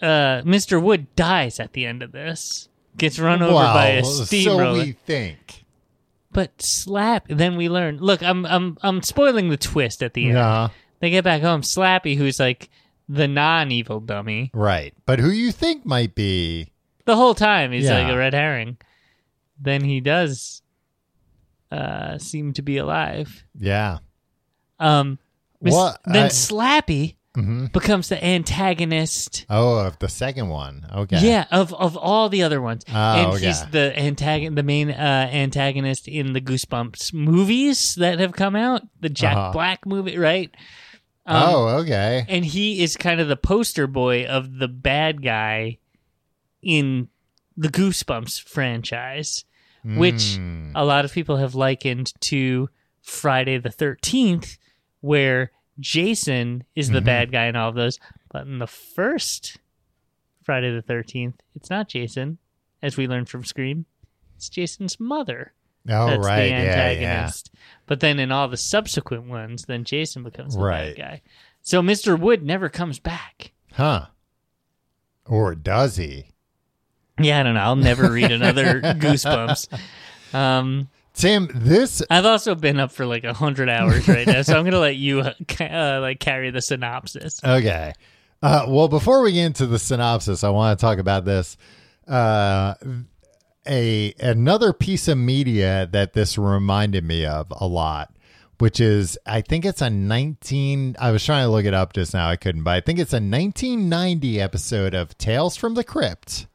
[SPEAKER 1] Uh, Mr. Wood dies at the end of this. Gets run over
[SPEAKER 2] wow,
[SPEAKER 1] by a
[SPEAKER 2] so
[SPEAKER 1] steamroller.
[SPEAKER 2] we think.
[SPEAKER 1] but slap. Then we learn. Look, I'm I'm I'm spoiling the twist at the end.
[SPEAKER 2] Yeah,
[SPEAKER 1] They get back home. Slappy, who's like the non-evil dummy,
[SPEAKER 2] right. But who you think might be?
[SPEAKER 1] the whole time he's like
[SPEAKER 2] Yeah.
[SPEAKER 1] a red herring. Then he does uh, seem to be alive.
[SPEAKER 2] Yeah.
[SPEAKER 1] Um, mis-
[SPEAKER 2] What?
[SPEAKER 1] Then
[SPEAKER 2] I-
[SPEAKER 1] Slappy
[SPEAKER 2] Mhm.
[SPEAKER 1] becomes the antagonist.
[SPEAKER 2] Oh, of the second one. Okay.
[SPEAKER 1] Yeah, of of all the other ones,
[SPEAKER 2] Oh,
[SPEAKER 1] and
[SPEAKER 2] okay.
[SPEAKER 1] he's the antagon, the main uh, antagonist in the Goosebumps movies that have come out, the Jack
[SPEAKER 2] Uh-huh.
[SPEAKER 1] Black movie, right? um,
[SPEAKER 2] oh, okay.
[SPEAKER 1] and he is kind of the poster boy of the bad guy in the Goosebumps franchise, which uh,
[SPEAKER 2] Mm.
[SPEAKER 1] a lot of people have likened to Friday the Thirteenth, where Jason is the
[SPEAKER 2] Mhm.
[SPEAKER 1] bad guy in all of those, but in the first Friday the Thirteenth, it's not Jason, as we learned from Scream. It's Jason's mother
[SPEAKER 2] oh,
[SPEAKER 1] that's
[SPEAKER 2] right.
[SPEAKER 1] the
[SPEAKER 2] yeah, yeah.
[SPEAKER 1] antagonist. But then in all the subsequent ones, then Jason becomes the
[SPEAKER 2] Right.
[SPEAKER 1] bad guy. So Mr. Wood never comes back.
[SPEAKER 2] Huh. Or does he?
[SPEAKER 1] Yeah, I don't know. I'll never read another Goosebumps. Um,
[SPEAKER 2] Tim, this
[SPEAKER 1] I've also been up for like a hundred hours right now, so I'm gonna let you uh, ca- uh, like carry the synopsis.
[SPEAKER 2] Okay. Uh, well, before we get into the synopsis, I want to talk about this. Uh, a another piece of media that this reminded me of a lot, which is I think it's a nineteen. I was trying to look it up just now, I couldn't, but I think it's a nineteen ninety episode of Tales from the Crypt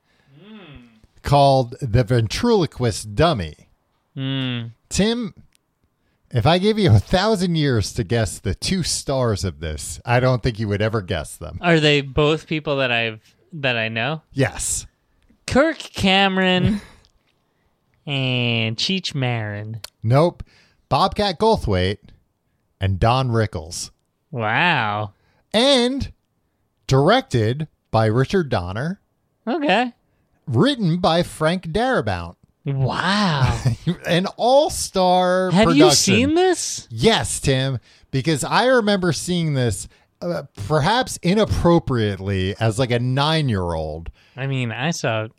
[SPEAKER 2] called "The Ventriloquist Dummy."
[SPEAKER 1] Mm.
[SPEAKER 2] Tim, if I gave you a thousand years to guess the two stars of this, I don't think you would ever guess them.
[SPEAKER 1] Are they both people that I've that I know?
[SPEAKER 2] Yes.
[SPEAKER 1] Kirk Cameron and Cheech Marin.
[SPEAKER 2] Nope. Bobcat Goldthwait and Don Rickles.
[SPEAKER 1] Wow.
[SPEAKER 2] And directed by Richard Donner,
[SPEAKER 1] Okay.
[SPEAKER 2] written by Frank Darabont.
[SPEAKER 1] Wow.
[SPEAKER 2] An all star
[SPEAKER 1] Have
[SPEAKER 2] production.
[SPEAKER 1] you seen this?
[SPEAKER 2] Yes, Tim, because I remember seeing this uh, perhaps inappropriately as like a nine year old.
[SPEAKER 1] I mean, I saw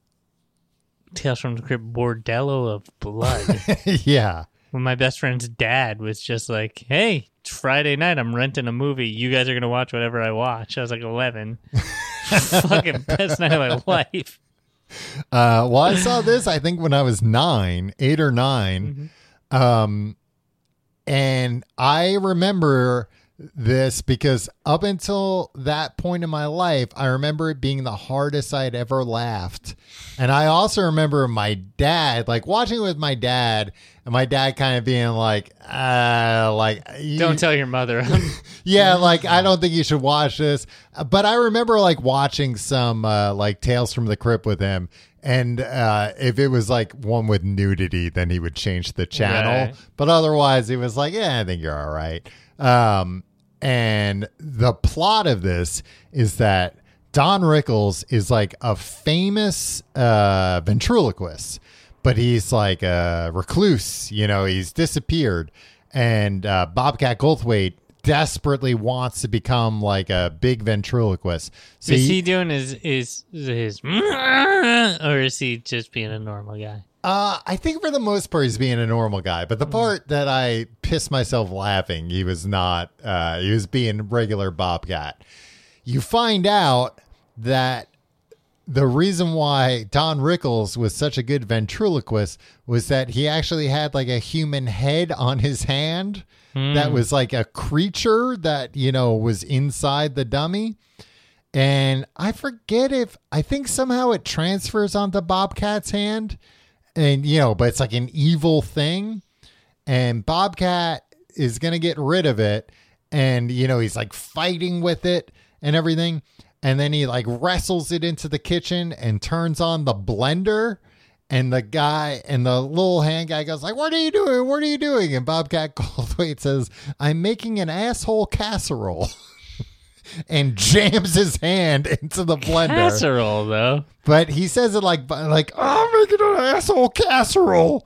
[SPEAKER 1] Tales from the Crypt Bordello of Blood
[SPEAKER 2] yeah.
[SPEAKER 1] when my best friend's dad was just like, hey, it's Friday night, I'm renting a movie. You guys are going to watch whatever I watch. I was like 11. Fucking best night of my life.
[SPEAKER 2] Uh, well, I saw this, I think, when I was nine, eight or 9 Um, and I remember this because up until that point in my life, I remember it being the hardest I'd ever laughed. And I also remember my dad, like watching it with my dad, and my dad kind of being like, uh, like, you-
[SPEAKER 1] Don't tell your mother.
[SPEAKER 2] yeah, like I don't think you should watch this. Uh, But I remember like watching some uh, like Tales from the Crypt with him, and uh, if it was like one with nudity, then he would change the channel.
[SPEAKER 1] Right.
[SPEAKER 2] But otherwise, he was like, "Yeah, I think you're all right." Um, and the plot of this is that Don Rickles is like a famous uh, ventriloquist, but he's like a recluse. You know, he's disappeared, and uh, Bobcat Goldthwait desperately wants to become like a big ventriloquist. So
[SPEAKER 1] is
[SPEAKER 2] he-
[SPEAKER 1] he doing his, his, his, or is he just being a normal guy?
[SPEAKER 2] Uh, I think for the most part he's being a normal guy, but the part that I pissed myself laughing, he was not. Uh, he was being regular Bobcat. You find out that the reason why Don Rickles was such a good ventriloquist was that he actually had like a human head on his hand
[SPEAKER 1] Hmm. Mm.
[SPEAKER 2] that was like a creature that, you know, was inside the dummy. And I forget if I think somehow it transfers onto Bobcat's hand. And, you know, but it's like an evil thing and Bobcat is going to get rid of it and you know he's like fighting with it and everything and then he like wrestles it into the kitchen and turns on the blender and the guy and the little hand guy goes like what are you doing what are you doing and Bobcat Goldthwait says I'm making an asshole casserole and jams his hand into the blender
[SPEAKER 1] Casserole, though.
[SPEAKER 2] but he says it like like oh, I'm making an asshole casserole.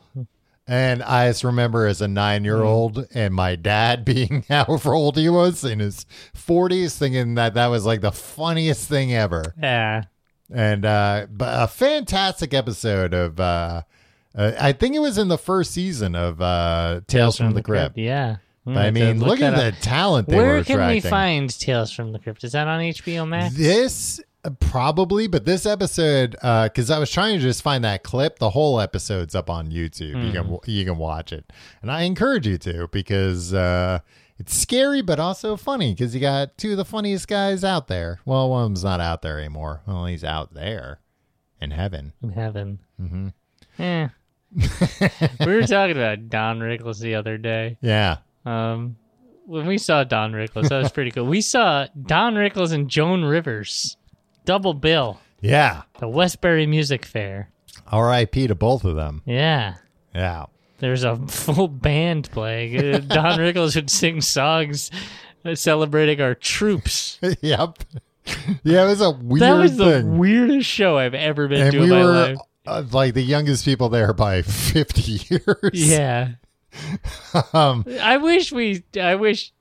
[SPEAKER 2] And I just remember as a nine year old and my dad being however old he was in his 40s thinking that that was like the funniest thing ever.
[SPEAKER 1] Yeah.
[SPEAKER 2] And uh, but a fantastic episode of, uh, uh, I think it was in the first season of uh, Tales from the Crypt.
[SPEAKER 1] Yeah. I'm
[SPEAKER 2] But I
[SPEAKER 1] gonna have
[SPEAKER 2] mean,
[SPEAKER 1] to
[SPEAKER 2] look, at
[SPEAKER 1] that up.
[SPEAKER 2] the talent they were
[SPEAKER 1] Where can
[SPEAKER 2] attracting.
[SPEAKER 1] we find Tales from the Crypt? Is that on HBO Max?
[SPEAKER 2] This uh, probably, but this episode, because I was trying to just find that clip. The whole episode's up on YouTube. You
[SPEAKER 1] Hmm.
[SPEAKER 2] can w- you can watch it, and I encourage you to because uh, it's scary but also funny because you got two of the funniest guys out there. Well, one of them's not out there anymore. Well, he's out there in heaven.
[SPEAKER 1] in heaven. Mm-hmm. Yeah. we were talking about Don Rickles the other day.
[SPEAKER 2] Yeah,
[SPEAKER 1] Um, when we saw Don Rickles, that was pretty cool. We saw Don Rickles and Joan Rivers, double bill,
[SPEAKER 2] yeah.
[SPEAKER 1] the Westbury Music Fair.
[SPEAKER 2] R.I.P. to both of them.
[SPEAKER 1] Yeah.
[SPEAKER 2] Yeah.
[SPEAKER 1] There's a full band playing. Uh, Don Rickles would sing songs celebrating our troops.
[SPEAKER 2] yep. Yeah, it was a weird
[SPEAKER 1] That was the
[SPEAKER 2] thing.
[SPEAKER 1] weirdest show I've ever been
[SPEAKER 2] and
[SPEAKER 1] to
[SPEAKER 2] we
[SPEAKER 1] in my
[SPEAKER 2] were
[SPEAKER 1] life.
[SPEAKER 2] uh, like the youngest people there by 50 years
[SPEAKER 1] Yeah.
[SPEAKER 2] um
[SPEAKER 1] I wish we I wish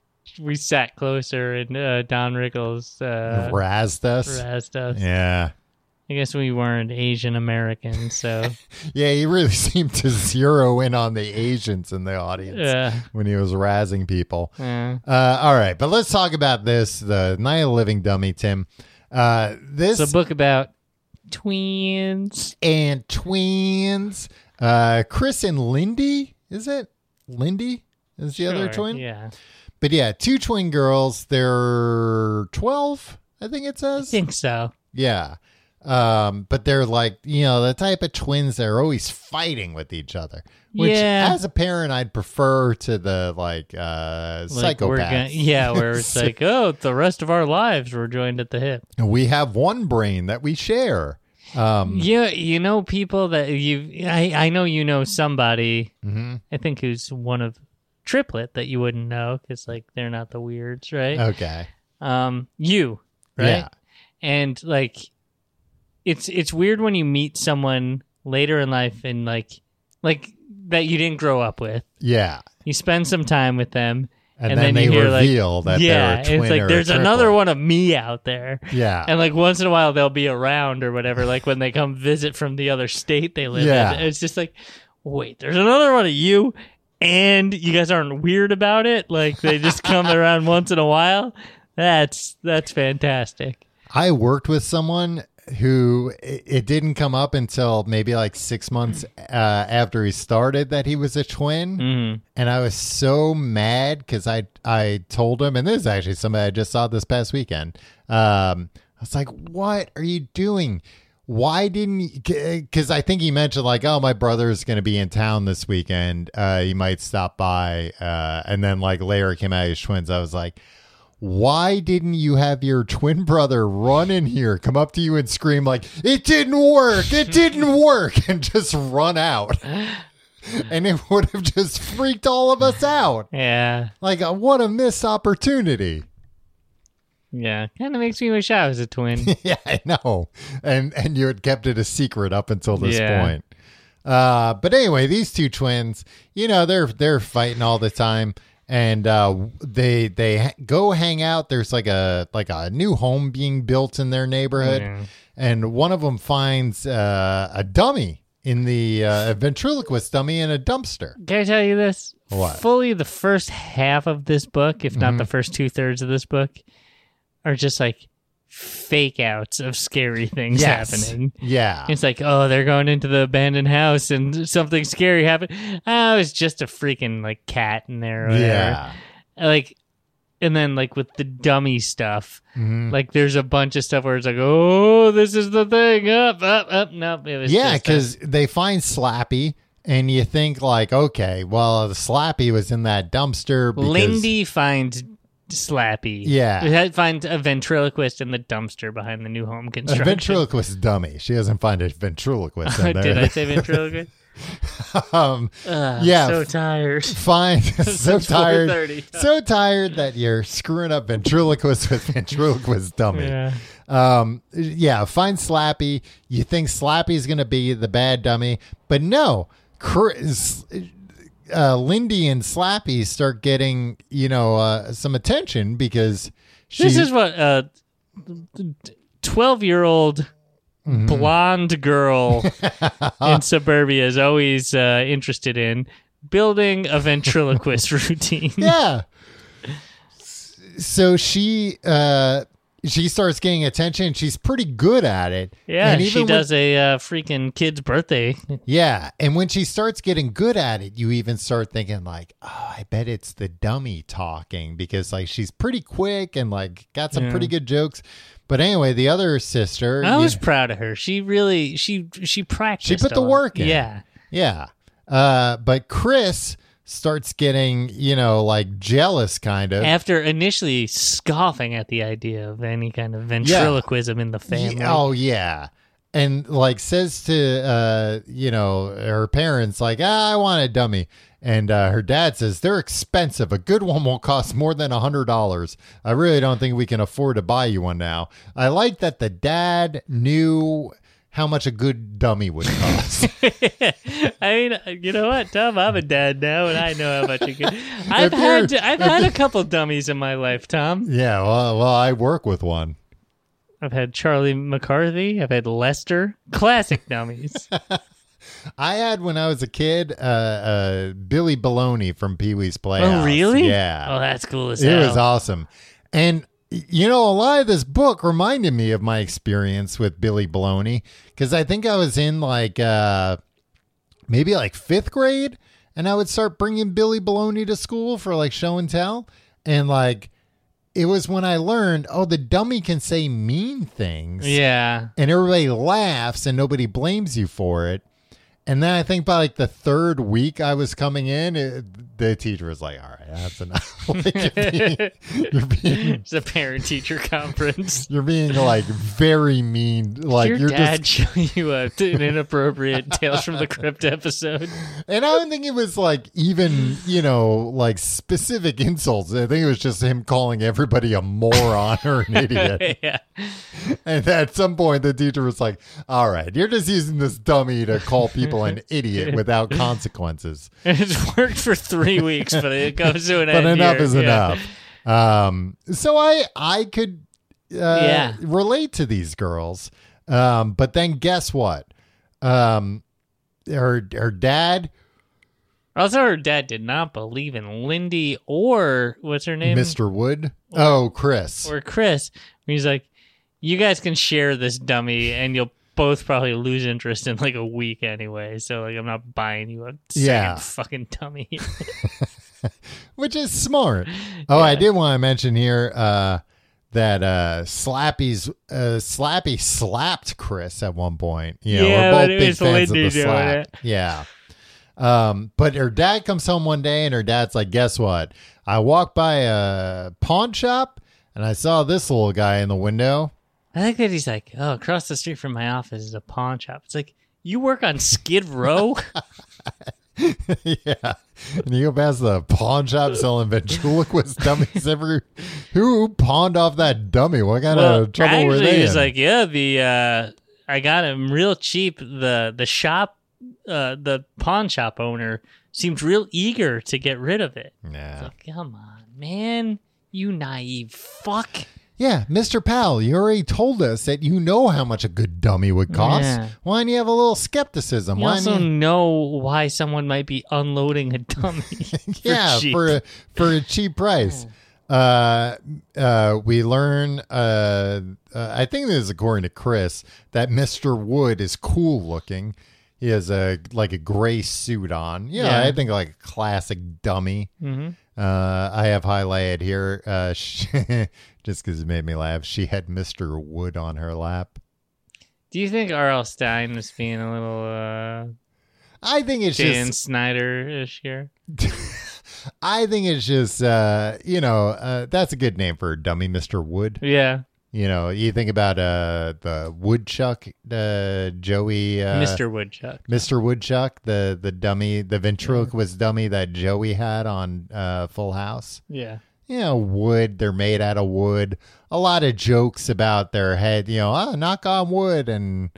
[SPEAKER 1] we sat closer and uh, Don Rickles uh,
[SPEAKER 2] razzed us
[SPEAKER 1] razzed us.
[SPEAKER 2] yeah
[SPEAKER 1] I guess we weren't Asian American, so
[SPEAKER 2] yeah he really seemed to zero in on the asians in the audience
[SPEAKER 1] uh,
[SPEAKER 2] when he was razzing people
[SPEAKER 1] yeah.
[SPEAKER 2] uh all right but let's talk about this the night of the living dummy tim uh this
[SPEAKER 1] it's a book about twins.
[SPEAKER 2] and twins uh chris and lindy is it lindy is the other
[SPEAKER 1] Sure,
[SPEAKER 2] twin
[SPEAKER 1] Yeah,
[SPEAKER 2] but yeah two twin girls they're 12 i think it
[SPEAKER 1] I
[SPEAKER 2] says
[SPEAKER 1] think so.
[SPEAKER 2] Yeah. Um, but they're like, you know, the type of twins that are always fighting with each other. Which
[SPEAKER 1] Yeah.
[SPEAKER 2] as a parent I'd prefer to the like uh
[SPEAKER 1] Like,
[SPEAKER 2] psychopaths.
[SPEAKER 1] we're gonna- yeah, where it's like, oh, the rest of our lives were joined at the hip.
[SPEAKER 2] we have one brain that we share. Um
[SPEAKER 1] Yeah, you know people that you. I I know you know somebody.
[SPEAKER 2] mhm.
[SPEAKER 1] I think who's one of triplet that you wouldn't know because like they're not the weirds, right?
[SPEAKER 2] Okay.
[SPEAKER 1] um you right
[SPEAKER 2] Uh, Yeah.
[SPEAKER 1] and like it's it's weird when you meet someone later in life and like like that you didn't grow up with
[SPEAKER 2] Yeah.
[SPEAKER 1] you spend some time with them
[SPEAKER 2] And,
[SPEAKER 1] And
[SPEAKER 2] then,
[SPEAKER 1] then you
[SPEAKER 2] they
[SPEAKER 1] hear, like,
[SPEAKER 2] reveal that
[SPEAKER 1] yeah
[SPEAKER 2] they're a twin.
[SPEAKER 1] it's like
[SPEAKER 2] or
[SPEAKER 1] there's
[SPEAKER 2] a
[SPEAKER 1] another
[SPEAKER 2] triplet.
[SPEAKER 1] one of me out there
[SPEAKER 2] Yeah.
[SPEAKER 1] and like once in a while they'll be around or whatever like when they come visit from the other state they live
[SPEAKER 2] Yeah.
[SPEAKER 1] in it's just like wait there's another one of you and you guys aren't weird about it like they just come around once in a while that's that's fantastic
[SPEAKER 2] I worked with someone who it it didn't come up until maybe like six months uh, after he started that he was a twin.
[SPEAKER 1] Mm.
[SPEAKER 2] and I was so mad because I I told him, and this is actually somebody I just saw this past weekend. Um, I was like, "What are you doing? Why didn't?" Because I think he mentioned like, "Oh, my brother's going to be in town this weekend. Uh, he might stop by." Uh, and then like later it came out his twins. I was like. Why didn't you have your twin brother run in here, come up to you and scream like, "It didn't work! It didn't work!" and just run out? and it would have just freaked all of us out.
[SPEAKER 1] Yeah,
[SPEAKER 2] Like, uh, what a missed opportunity.
[SPEAKER 1] yeah. Kind of makes me wish I was a twin.
[SPEAKER 2] Yeah, I know. And and you had kept it a secret up until this
[SPEAKER 1] Yeah.
[SPEAKER 2] point. Uh, but anyway, these two twins, you know, they're they're fighting all the time, and uh, they they ha- go hang out. There's like a like a new home being built in their neighborhood,
[SPEAKER 1] Yeah.
[SPEAKER 2] and one of them finds uh, a dummy in the uh, a ventriloquist dummy in a dumpster.
[SPEAKER 1] Can I tell you this?
[SPEAKER 2] What? Mm-hmm.
[SPEAKER 1] Fully the first half of this book, if not the first two thirds of this book, are just like fake outs of scary things
[SPEAKER 2] Yes.
[SPEAKER 1] happening.
[SPEAKER 2] Yeah.
[SPEAKER 1] It's like, oh, they're going into the abandoned house and something scary happened. Ah, it was just a freaking like cat in there. Or whatever.
[SPEAKER 2] Yeah.
[SPEAKER 1] Like, and then like with the dummy stuff,
[SPEAKER 2] Mhm.
[SPEAKER 1] like there's a bunch of stuff where it's like, oh, this is the thing. Up, up, up. Nope. It was
[SPEAKER 2] Yeah,
[SPEAKER 1] just a-
[SPEAKER 2] because they find Slappy, and you think like, okay, well, Slappy was in that dumpster. Because,
[SPEAKER 1] Lindy finds Slappy.
[SPEAKER 2] Yeah.
[SPEAKER 1] That finds a ventriloquist in the dumpster behind the new home
[SPEAKER 2] a
[SPEAKER 1] construction.
[SPEAKER 2] ventriloquist dummy. She doesn't find a ventriloquist in there.
[SPEAKER 1] Did I say ventriloquist?
[SPEAKER 2] um,
[SPEAKER 1] Ugh,
[SPEAKER 2] Yeah.
[SPEAKER 1] So tired.
[SPEAKER 2] fine. so
[SPEAKER 1] Since
[SPEAKER 2] tired.
[SPEAKER 1] 4:30.
[SPEAKER 2] So tired that you're screwing up ventriloquist with ventriloquist dummy.
[SPEAKER 1] Yeah.
[SPEAKER 2] Um, yeah, find Slappy. You think Slappy's going to be the bad dummy, but no. Chris, uh, Lindy and Slappy start getting, you know, uh, some attention because she,
[SPEAKER 1] This is what a twelve-year-old
[SPEAKER 2] Mm-hmm.
[SPEAKER 1] blonde girl in suburbia is always uh, interested in building a ventriloquist routine.
[SPEAKER 2] yeah. So she uh she starts getting attention. She's pretty good at it.
[SPEAKER 1] Yeah,
[SPEAKER 2] and
[SPEAKER 1] she
[SPEAKER 2] even when-
[SPEAKER 1] does a uh, freaking kid's birthday.
[SPEAKER 2] Yeah, and when she starts getting good at it, you even start thinking like, "Oh, I bet it's the dummy talking because like she's pretty quick and like got some
[SPEAKER 1] Yeah.
[SPEAKER 2] pretty good jokes." But anyway, the other sister,
[SPEAKER 1] I was
[SPEAKER 2] you-
[SPEAKER 1] proud of her. She really she she practiced.
[SPEAKER 2] She put
[SPEAKER 1] a
[SPEAKER 2] the
[SPEAKER 1] lot.
[SPEAKER 2] work in.
[SPEAKER 1] Yeah.
[SPEAKER 2] yeah. Uh, but Chris starts getting you know like jealous, kind of.
[SPEAKER 1] After initially scoffing at the idea of any kind of ventriloquism in the
[SPEAKER 2] Ye-
[SPEAKER 1] family.
[SPEAKER 2] oh yeah. And like says to uh, you know, her parents, like, ah, I want a dummy. And uh, her dad says, They're expensive. A good one will cost more than a hundred dollars. I really don't think we can afford to buy you one now. I like that the dad knew how much a good dummy would cost.
[SPEAKER 1] I mean, uh, you know what, Tom? I'm a dad now, and I know how much you can. I've
[SPEAKER 2] If
[SPEAKER 1] had
[SPEAKER 2] you're-
[SPEAKER 1] I've had a couple dummies in my life, Tom.
[SPEAKER 2] yeah, well well, I work with one.
[SPEAKER 1] I've had Charlie McCarthy. I've had Lester. Classic dummies.
[SPEAKER 2] I had when I was a kid, uh, uh Billy Baloney from Pee Wee's Playhouse.
[SPEAKER 1] oh, really?
[SPEAKER 2] Yeah.
[SPEAKER 1] Oh, that's cool as
[SPEAKER 2] It
[SPEAKER 1] hell.
[SPEAKER 2] was awesome. And you know, a lot of this book reminded me of my experience with Billy Baloney because I think I was in like uh, maybe like fifth grade, and I would start bringing Billy Baloney to school for like show and tell, and like it was when I learned, oh, the dummy can say mean things,
[SPEAKER 1] Yeah.
[SPEAKER 2] and everybody laughs and nobody blames you for it. And then I think by like the third week I was coming in, it, the teacher was like, "All right, that's enough. Like, you're, being, you're being
[SPEAKER 1] It's a parent teacher conference.
[SPEAKER 2] you're being like very mean. Like
[SPEAKER 1] Your
[SPEAKER 2] you're
[SPEAKER 1] dad
[SPEAKER 2] just."
[SPEAKER 1] show you a, an inappropriate Tales from the Crypt episode.
[SPEAKER 2] And I don't think it was like even you know like specific insults. I think it was just him calling everybody a moron or an idiot.
[SPEAKER 1] yeah.
[SPEAKER 2] And at some point, the teacher was like, "All right, you're just using this dummy to call people an idiot without consequences."
[SPEAKER 1] It's worked for three weeks, but it goes to an
[SPEAKER 2] but
[SPEAKER 1] end.
[SPEAKER 2] enough
[SPEAKER 1] here.
[SPEAKER 2] is
[SPEAKER 1] Yeah.
[SPEAKER 2] enough. Um, so I I could uh,
[SPEAKER 1] Yeah.
[SPEAKER 2] relate to these girls, um, but then guess what? Um, her her dad,
[SPEAKER 1] Also, her dad did not believe in Lindy or what's her name?
[SPEAKER 2] Mr. Wood, oh Chris,
[SPEAKER 1] Or Chris. He's like, you guys can share this dummy and you'll both probably lose interest in like a week anyway. So, like, I'm not buying you a second
[SPEAKER 2] Yeah.
[SPEAKER 1] fucking dummy.
[SPEAKER 2] which is smart. Oh, I
[SPEAKER 1] Yeah.
[SPEAKER 2] did want to mention here uh, that uh, Slappy's uh, Slappy slapped Chris at one point. You know,
[SPEAKER 1] Yeah,
[SPEAKER 2] we're both
[SPEAKER 1] but it
[SPEAKER 2] big
[SPEAKER 1] was
[SPEAKER 2] fans of
[SPEAKER 1] Lindy
[SPEAKER 2] the
[SPEAKER 1] doing
[SPEAKER 2] slap.
[SPEAKER 1] it.
[SPEAKER 2] Yeah. Um, but her dad comes home one day and her dad's like, guess what? I walked by a pawn shop and I saw this little guy in the window.
[SPEAKER 1] I like that he's like, oh, across the street from my office is a pawn shop. It's like, you work on Skid Row?
[SPEAKER 2] yeah. And you go past the pawn shop selling ventriloquist dummies every who pawned off that dummy? What kind
[SPEAKER 1] well,
[SPEAKER 2] of trouble were
[SPEAKER 1] actually,
[SPEAKER 2] they?
[SPEAKER 1] he's
[SPEAKER 2] in?
[SPEAKER 1] like, yeah, the uh, I got him real cheap. The the shop, uh, the pawn shop owner seemed real eager to get rid of it. It's
[SPEAKER 2] nah.
[SPEAKER 1] like, come on, man, you naive fuck.
[SPEAKER 2] Yeah, Mr. Powell, you already told us that you know how much a good dummy would cost.
[SPEAKER 1] Yeah.
[SPEAKER 2] Why don't you have a little skepticism?
[SPEAKER 1] You
[SPEAKER 2] Why
[SPEAKER 1] also
[SPEAKER 2] don't you-
[SPEAKER 1] know why someone might be unloading a dummy. for
[SPEAKER 2] yeah,
[SPEAKER 1] cheap.
[SPEAKER 2] for a, for a cheap price. uh, uh, we learn, uh, uh, I think this is according to Chris, that Mr. Wood is cool looking. He has a like a gray suit on. Yeah,
[SPEAKER 1] Yeah.
[SPEAKER 2] I think like a classic dummy.
[SPEAKER 1] Mm-hmm.
[SPEAKER 2] Uh, I have highlighted here uh, sh just because it made me laugh. She had Mr. Wood on her lap.
[SPEAKER 1] Do you think R.L. Stein was being a little uh,
[SPEAKER 2] I think it's
[SPEAKER 1] Dan
[SPEAKER 2] just
[SPEAKER 1] Snyder-ish here?
[SPEAKER 2] I think it's just uh, you know uh, that's a good name for a dummy, Mister Wood.
[SPEAKER 1] Yeah,
[SPEAKER 2] You know, you think about uh, the woodchuck, uh, Joey, uh,
[SPEAKER 1] Mr. Woodchuck.
[SPEAKER 2] Mister Woodchuck, the the dummy, the ventriloquist dummy that Joey had on uh, Full House.
[SPEAKER 1] Yeah,
[SPEAKER 2] You know, wood. They're made out of wood. A lot of jokes about their head. You know, ah, knock on wood, and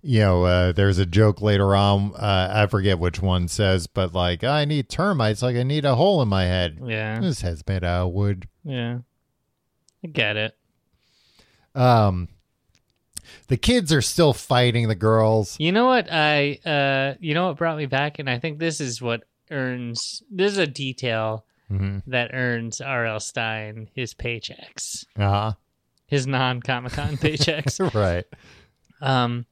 [SPEAKER 2] you know, uh, there's a joke later on. Uh, I forget which one says, but like, I need termites. Like, I need a hole in my head.
[SPEAKER 1] yeah,
[SPEAKER 2] This head's made out of wood.
[SPEAKER 1] yeah. I get it.
[SPEAKER 2] Um, the kids are still fighting the girls.
[SPEAKER 1] You know what I? Uh, you know what brought me back, and I think this is what earns. This is a detail
[SPEAKER 2] Mm-hmm.
[SPEAKER 1] that earns R.L. Stein his paychecks,
[SPEAKER 2] Uh-huh.
[SPEAKER 1] his non Comic Con paychecks.
[SPEAKER 2] Right.
[SPEAKER 1] Um,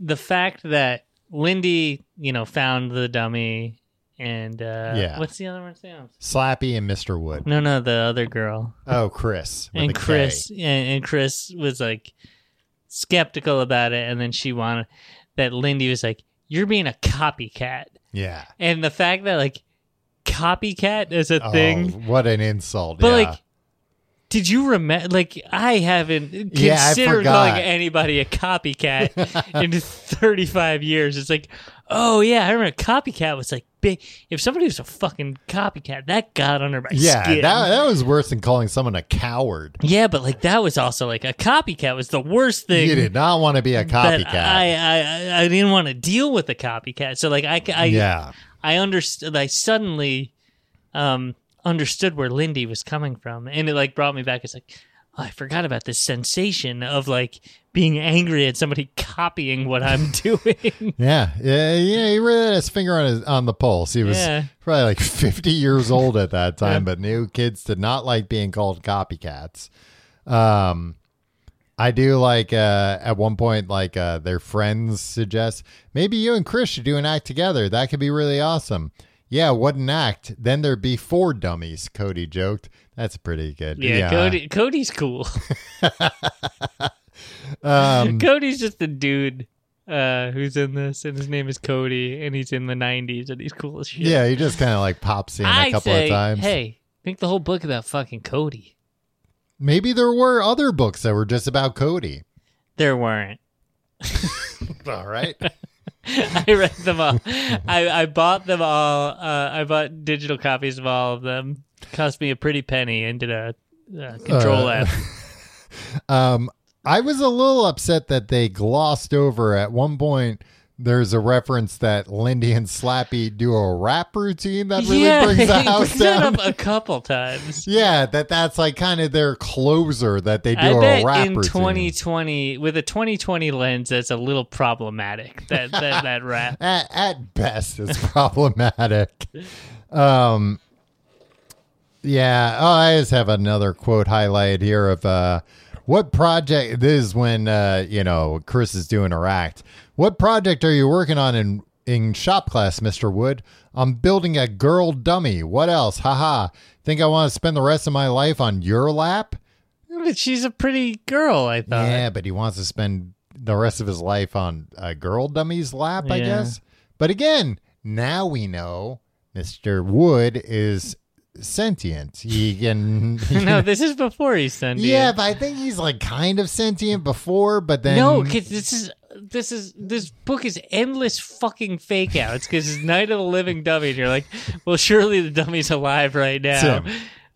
[SPEAKER 1] the fact that Lindy, you know, found the dummy, and uh,
[SPEAKER 2] Yeah.
[SPEAKER 1] what's the other one's name?
[SPEAKER 2] Slappy and Mr. Wood.
[SPEAKER 1] No, no, the other girl.
[SPEAKER 2] Oh, Chris. with
[SPEAKER 1] Mm-hmm.
[SPEAKER 2] a
[SPEAKER 1] and
[SPEAKER 2] K.
[SPEAKER 1] Chris and, and Chris was like skeptical about it, and then she wanted that Lindy was like, "You're being a copycat,"
[SPEAKER 2] Yeah.
[SPEAKER 1] and the fact that like copycat is a
[SPEAKER 2] Oh,
[SPEAKER 1] thing,
[SPEAKER 2] what an insult.
[SPEAKER 1] but
[SPEAKER 2] yeah.
[SPEAKER 1] like. Did you remember? Like, I haven't considered
[SPEAKER 2] Yeah, I
[SPEAKER 1] calling
[SPEAKER 2] forgot.
[SPEAKER 1] anybody a copycat in 35 years. It's like, oh, yeah, I remember copycat was like big. If somebody was a fucking copycat, that got under my
[SPEAKER 2] yeah,
[SPEAKER 1] skin.
[SPEAKER 2] that, that was worse than calling someone a coward.
[SPEAKER 1] Yeah, but like that was also like a copycat was the worst thing.
[SPEAKER 2] You did not want to be a
[SPEAKER 1] that
[SPEAKER 2] copycat.
[SPEAKER 1] I, I I- I didn't want to deal with a copycat. So like I c- I
[SPEAKER 2] yeah.
[SPEAKER 1] I understood. I suddenly um understood where Lindy was coming from, and it like brought me back. It's like oh, I forgot about this sensation of like being angry at somebody copying what I'm doing.
[SPEAKER 2] Yeah. Yeah. Yeah. He really had his finger on his, on the pulse. He was
[SPEAKER 1] Yeah.
[SPEAKER 2] probably like 50 years old at that time, but new kids did not like being called copycats. Um, I do like uh, at one point, like uh, their friends suggest maybe you and Chris should do an act together. That could be really awesome. Yeah, what an act. Then there'd be four dummies, Cody joked. That's pretty good.
[SPEAKER 1] yeah, Cody Cody's cool.
[SPEAKER 2] Um,
[SPEAKER 1] Cody's just a dude. Uh, who's in this? And his name is Cody, and he's in the '90s, and he's cool as shit.
[SPEAKER 2] Yeah, he just kind of like pops in a
[SPEAKER 1] I
[SPEAKER 2] couple
[SPEAKER 1] say,
[SPEAKER 2] of times.
[SPEAKER 1] hey, think the whole book about fucking Cody.
[SPEAKER 2] Maybe there were other books that were just about Cody.
[SPEAKER 1] There weren't.
[SPEAKER 2] All right.
[SPEAKER 1] I read them all. I, I bought them all. Uh, I bought digital copies of all of them. Cost me a pretty penny and did a uh, control
[SPEAKER 2] Uh,
[SPEAKER 1] F.
[SPEAKER 2] um, I was a little upset that they glossed over at one point. There's a reference that Lindy and Slappy do a rap routine that really
[SPEAKER 1] yeah,
[SPEAKER 2] brings the
[SPEAKER 1] they
[SPEAKER 2] house
[SPEAKER 1] bring that
[SPEAKER 2] down.
[SPEAKER 1] up a couple times.
[SPEAKER 2] Yeah, that that's like kind of their closer that they do
[SPEAKER 1] I
[SPEAKER 2] a
[SPEAKER 1] bet
[SPEAKER 2] rap
[SPEAKER 1] in
[SPEAKER 2] routine.
[SPEAKER 1] 2020, with a 2020 lens, that's a little problematic. That that, that rap.
[SPEAKER 2] at, at best it's problematic um yeah oh i just have another quote highlight here of uh what project this is when uh you know chris is doing her act what project are you working on in in shop class mr wood i'm building a girl dummy what else haha think i want to spend the rest of my life on your lap
[SPEAKER 1] But she's a pretty girl, I thought.
[SPEAKER 2] yeah, but he wants to spend the rest of his life on a girl dummy's lap, I
[SPEAKER 1] Yeah.
[SPEAKER 2] guess. But again, now we know Mr. Wood is sentient. He can.
[SPEAKER 1] no, this is before he's sent.
[SPEAKER 2] yeah, but I think he's like kind of sentient before, but then.
[SPEAKER 1] No, because this is this is this book is endless fucking fake outs because it's Night of the Living Dummy, and you're like, well, surely the dummy's alive right now.
[SPEAKER 2] Tim,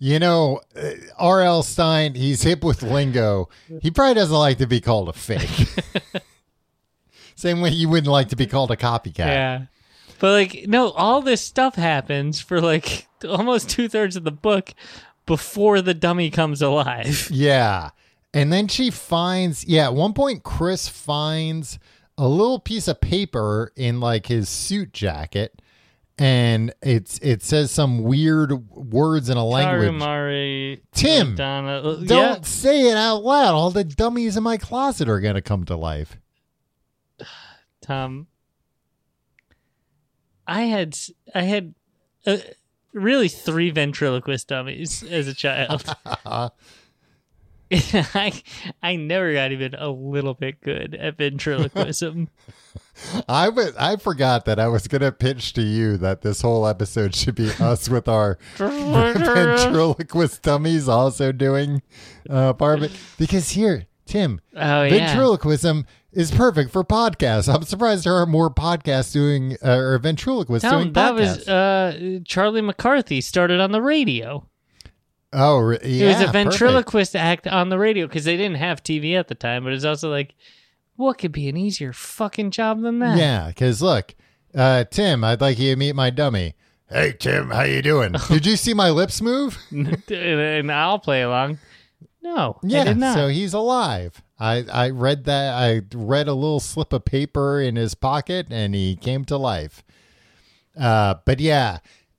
[SPEAKER 2] you know, uh, R.L. Stein, he's hip with lingo. He probably doesn't like to be called a fake. Same way you wouldn't like to be called a copycat.
[SPEAKER 1] Yeah, but like, no, all this stuff happens for like almost two thirds of the book before the dummy comes alive.
[SPEAKER 2] Yeah. And then she finds, yeah, at one point, Chris finds a little piece of paper in like his suit jacket. and it's it says some weird words in a language.
[SPEAKER 1] Karumari,
[SPEAKER 2] Tim,
[SPEAKER 1] Donna, Uh,
[SPEAKER 2] Don't say it out loud. All the dummies in my closet are gonna come to life.
[SPEAKER 1] Tom. I had I had uh, really three ventriloquist dummies as a child. I I never got even a little bit good at ventriloquism.
[SPEAKER 2] I was I forgot that I was gonna pitch to you that this whole episode should be us with our
[SPEAKER 1] oh
[SPEAKER 2] ventriloquist dummies also doing uh, part of it. Because here, Tim,
[SPEAKER 1] yeah.
[SPEAKER 2] ventriloquism is perfect for podcasts. I'm surprised there are more podcasts doing uh, or ventriloquists
[SPEAKER 1] Tom,
[SPEAKER 2] doing
[SPEAKER 1] that
[SPEAKER 2] podcasts.
[SPEAKER 1] was uh, Charlie McCarthy started on the radio.
[SPEAKER 2] oh, re- yeah,
[SPEAKER 1] it was a
[SPEAKER 2] perfect.
[SPEAKER 1] ventriloquist act on the radio because they didn't have TV at the time. But it's also like, what could be an easier fucking job than that?
[SPEAKER 2] Yeah, because look, uh, Tim, I'd like you to meet my dummy. Hey, Tim, how you doing? Did you see my lips move?
[SPEAKER 1] and, and I'll play along. No, I did
[SPEAKER 2] Yeah,
[SPEAKER 1] not.
[SPEAKER 2] so he's alive. I, I read that. I read a little slip of paper in his pocket, and he came to life. Uh, but yeah,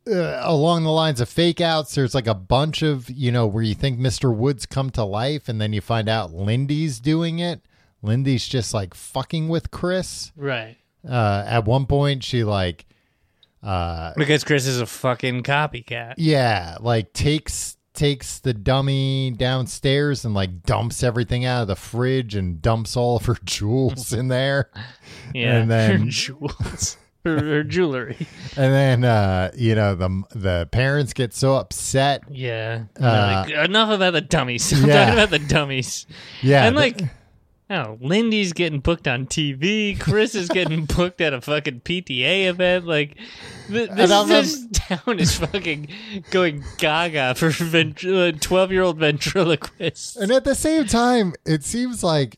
[SPEAKER 2] uh, along the lines of fake outs, there's like a bunch of you know where you think Mr. Woods come to life, and then you find out Lindy's doing it. Lindy's just like fucking with Chris.
[SPEAKER 1] right,
[SPEAKER 2] Uh, at one point, she like uh,
[SPEAKER 1] because Chris is a fucking copycat.
[SPEAKER 2] yeah, like takes takes the dummy downstairs and like dumps everything out of the fridge and dumps all of her jewels in there.
[SPEAKER 1] Yeah,
[SPEAKER 2] And then-
[SPEAKER 1] her jewels, her, her jewelry.
[SPEAKER 2] And then uh, you know, the the parents get so upset.
[SPEAKER 1] Yeah.
[SPEAKER 2] Uh,
[SPEAKER 1] Like, enough about the dummies. I'm
[SPEAKER 2] yeah.
[SPEAKER 1] talking about the dummies.
[SPEAKER 2] Yeah.
[SPEAKER 1] and
[SPEAKER 2] th-
[SPEAKER 1] like, oh, Lindy's getting booked on TV. Chris is getting booked at a fucking PTA event. Like, th- this,
[SPEAKER 2] I'm-
[SPEAKER 1] this town is fucking going gaga for ventri- 12-year-old ventriloquists.
[SPEAKER 2] and at the same time, it seems like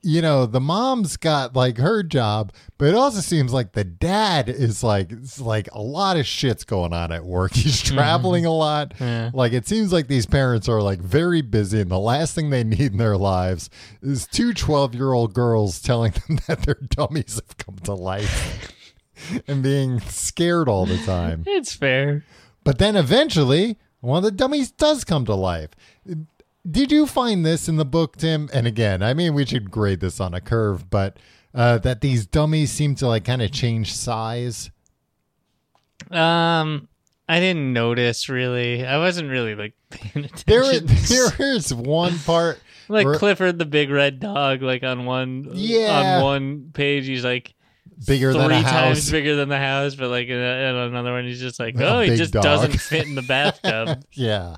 [SPEAKER 2] you know, the mom's got like her job, but it also seems like the dad is like it's like a lot of shit's going on at work. He's traveling a lot.
[SPEAKER 1] Yeah.
[SPEAKER 2] Like it seems like these parents are like very busy and the last thing they need in their lives is two 12-year-old girls telling them that their dummies have come to life and being scared all the time.
[SPEAKER 1] It's fair.
[SPEAKER 2] But then eventually, one of the dummies does come to life. Did you find this in the book, Tim? And again, I mean, we should grade this on a curve, but uh, that these dummies seem to like kind of change size.
[SPEAKER 1] Um, I didn't notice really. I wasn't really like paying attention.
[SPEAKER 2] There, there is one part.
[SPEAKER 1] like
[SPEAKER 2] where-
[SPEAKER 1] Clifford the big red dog, like on one,
[SPEAKER 2] Yeah.
[SPEAKER 1] on one page, he's like
[SPEAKER 2] bigger
[SPEAKER 1] three
[SPEAKER 2] than a
[SPEAKER 1] times
[SPEAKER 2] house.
[SPEAKER 1] bigger than the house, but like in, in another one, he's just like,
[SPEAKER 2] A
[SPEAKER 1] oh, he
[SPEAKER 2] big
[SPEAKER 1] just
[SPEAKER 2] dog.
[SPEAKER 1] doesn't fit in the bathtub.
[SPEAKER 2] Yeah.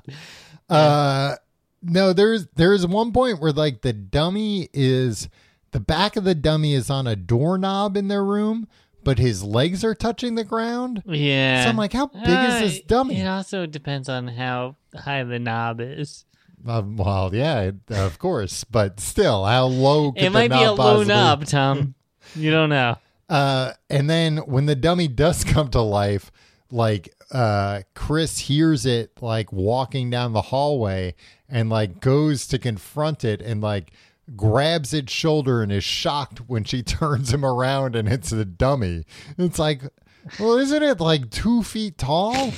[SPEAKER 2] Uh, no, there's there's one point where like the dummy is the back of the dummy is on a doorknob in their room, but his legs are touching the ground.
[SPEAKER 1] yeah.
[SPEAKER 2] So I'm like, how big
[SPEAKER 1] Uh,
[SPEAKER 2] is this dummy?
[SPEAKER 1] It also depends on how high the knob is.
[SPEAKER 2] Um, well, yeah, it- of course, but still, how low could
[SPEAKER 1] it
[SPEAKER 2] the
[SPEAKER 1] might
[SPEAKER 2] knob
[SPEAKER 1] be a low
[SPEAKER 2] possibly-
[SPEAKER 1] knob, Tom. you don't know.
[SPEAKER 2] Uh, and then when the dummy does come to life, like uh, Chris hears it like walking down the hallway and like goes to confront it and like grabs its shoulder and is shocked when she turns him around and it's the dummy. It's like, well, isn't it like two feet tall,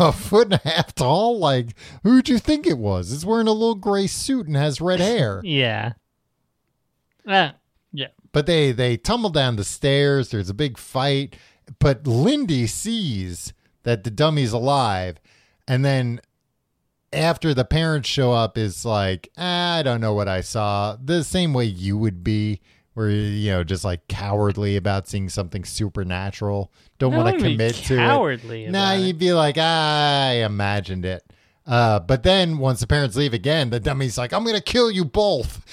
[SPEAKER 2] a foot and a half tall? Like, who'd you think it was? It's wearing a little gray suit and has red hair.
[SPEAKER 1] Yeah. Ah, yeah.
[SPEAKER 2] But they they tumble down the stairs. There's a big fight. But Lindy sees that the dummy's alive, and then after the parents show up, is like, "Ah, I don't know what I saw. The same way you would be, where you know just like cowardly about seeing something supernatural. Don't
[SPEAKER 1] I
[SPEAKER 2] want to
[SPEAKER 1] wouldn't be
[SPEAKER 2] commit to it.
[SPEAKER 1] cowardly
[SPEAKER 2] Nah,
[SPEAKER 1] about it.
[SPEAKER 2] you'd be like, I imagined it. Uh, but then once the parents leave again, the dummy's like, I'm going to kill you both.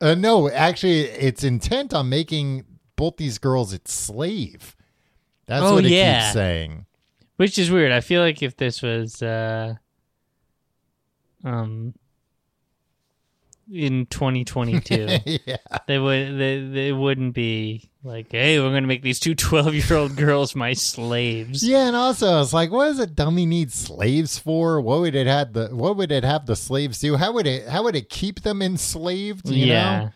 [SPEAKER 2] Uh, no, actually, it's intent on making both these girls its slave. That's
[SPEAKER 1] Oh,
[SPEAKER 2] what it
[SPEAKER 1] yeah.
[SPEAKER 2] keeps saying.
[SPEAKER 1] Which is weird. I feel like if this was uh um in 2022,
[SPEAKER 2] yeah.
[SPEAKER 1] they would they, they wouldn't be like, "Hey, we're going to make these two 12-year-old girls my slaves."
[SPEAKER 2] Yeah, and also it's like, what does a dummy need slaves for? What would it have the what would it have the slaves do? How would it how would it keep them enslaved? You Uh,
[SPEAKER 1] Yeah.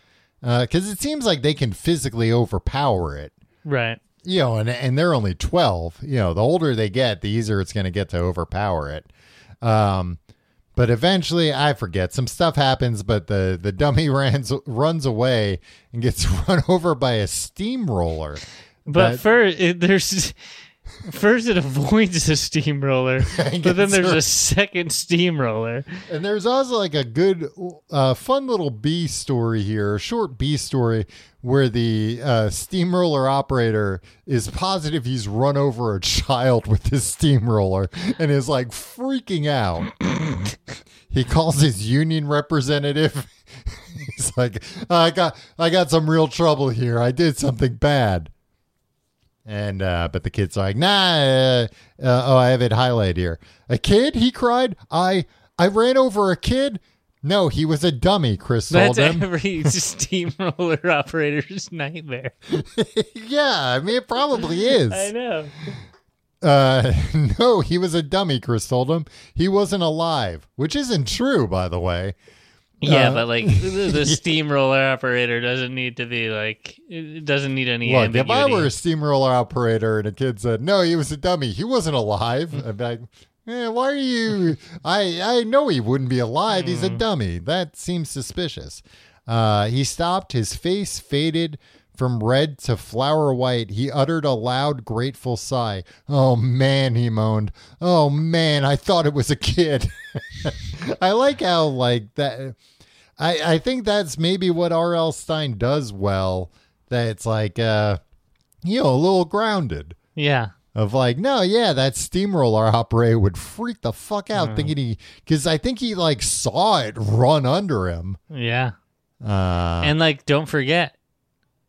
[SPEAKER 2] know, because it seems like they can physically overpower it.
[SPEAKER 1] Right.
[SPEAKER 2] you know, and and they're only twelve. You know, the older they get, the easier it's going to get to overpower it. Um, but eventually, I forget some stuff happens, but the the dummy runs runs away and gets run over by a steamroller.
[SPEAKER 1] But
[SPEAKER 2] But-
[SPEAKER 1] first, it, there's first it avoids the steamroller, but then
[SPEAKER 2] gets
[SPEAKER 1] there's
[SPEAKER 2] hurt.
[SPEAKER 1] a second steamroller.
[SPEAKER 2] And there's also like a good, uh, fun little B story here, a short B story where the uh, steamroller operator is positive he's run over a child with his steamroller and is like freaking out. he calls his union representative. He's like, I got, I got some real trouble here. I did something bad. And uh, but the kid's like, nah. Uh, uh, oh, I have it highlighted here. A kid? He cried. I I ran over a kid. No, he was a dummy. Chris told
[SPEAKER 1] That's
[SPEAKER 2] him.
[SPEAKER 1] every steamroller operator's nightmare.
[SPEAKER 2] yeah, I mean it probably
[SPEAKER 1] I
[SPEAKER 2] is.
[SPEAKER 1] know.
[SPEAKER 2] Uh, no, he was a dummy. Chris told him he wasn't alive, which isn't true, by the way.
[SPEAKER 1] Yeah,
[SPEAKER 2] Uh,
[SPEAKER 1] but like the, the steamroller operator doesn't need to be like it doesn't need any
[SPEAKER 2] Look, if
[SPEAKER 1] ambiguity.
[SPEAKER 2] I were a steamroller operator and a kid said, "No, he was a dummy. He wasn't alive," I'd be like, eh, "Why are you?" I I know he wouldn't be alive. He's
[SPEAKER 1] Hmm.
[SPEAKER 2] a dummy. That seems suspicious. Uh, he stopped. His face faded from red to flower white. He uttered a loud, grateful sigh. "Oh man," he moaned. "Oh man, I thought it was a kid." I like how like that. I, I think that's maybe what R.L. Stein does well. That it's like, uh, you know, a little grounded
[SPEAKER 1] yeah,
[SPEAKER 2] of like, no, yeah, that steamroller operator would freak the fuck out thinking he, because I think he like saw it run under him.
[SPEAKER 1] yeah,
[SPEAKER 2] Uh,
[SPEAKER 1] and like don't forget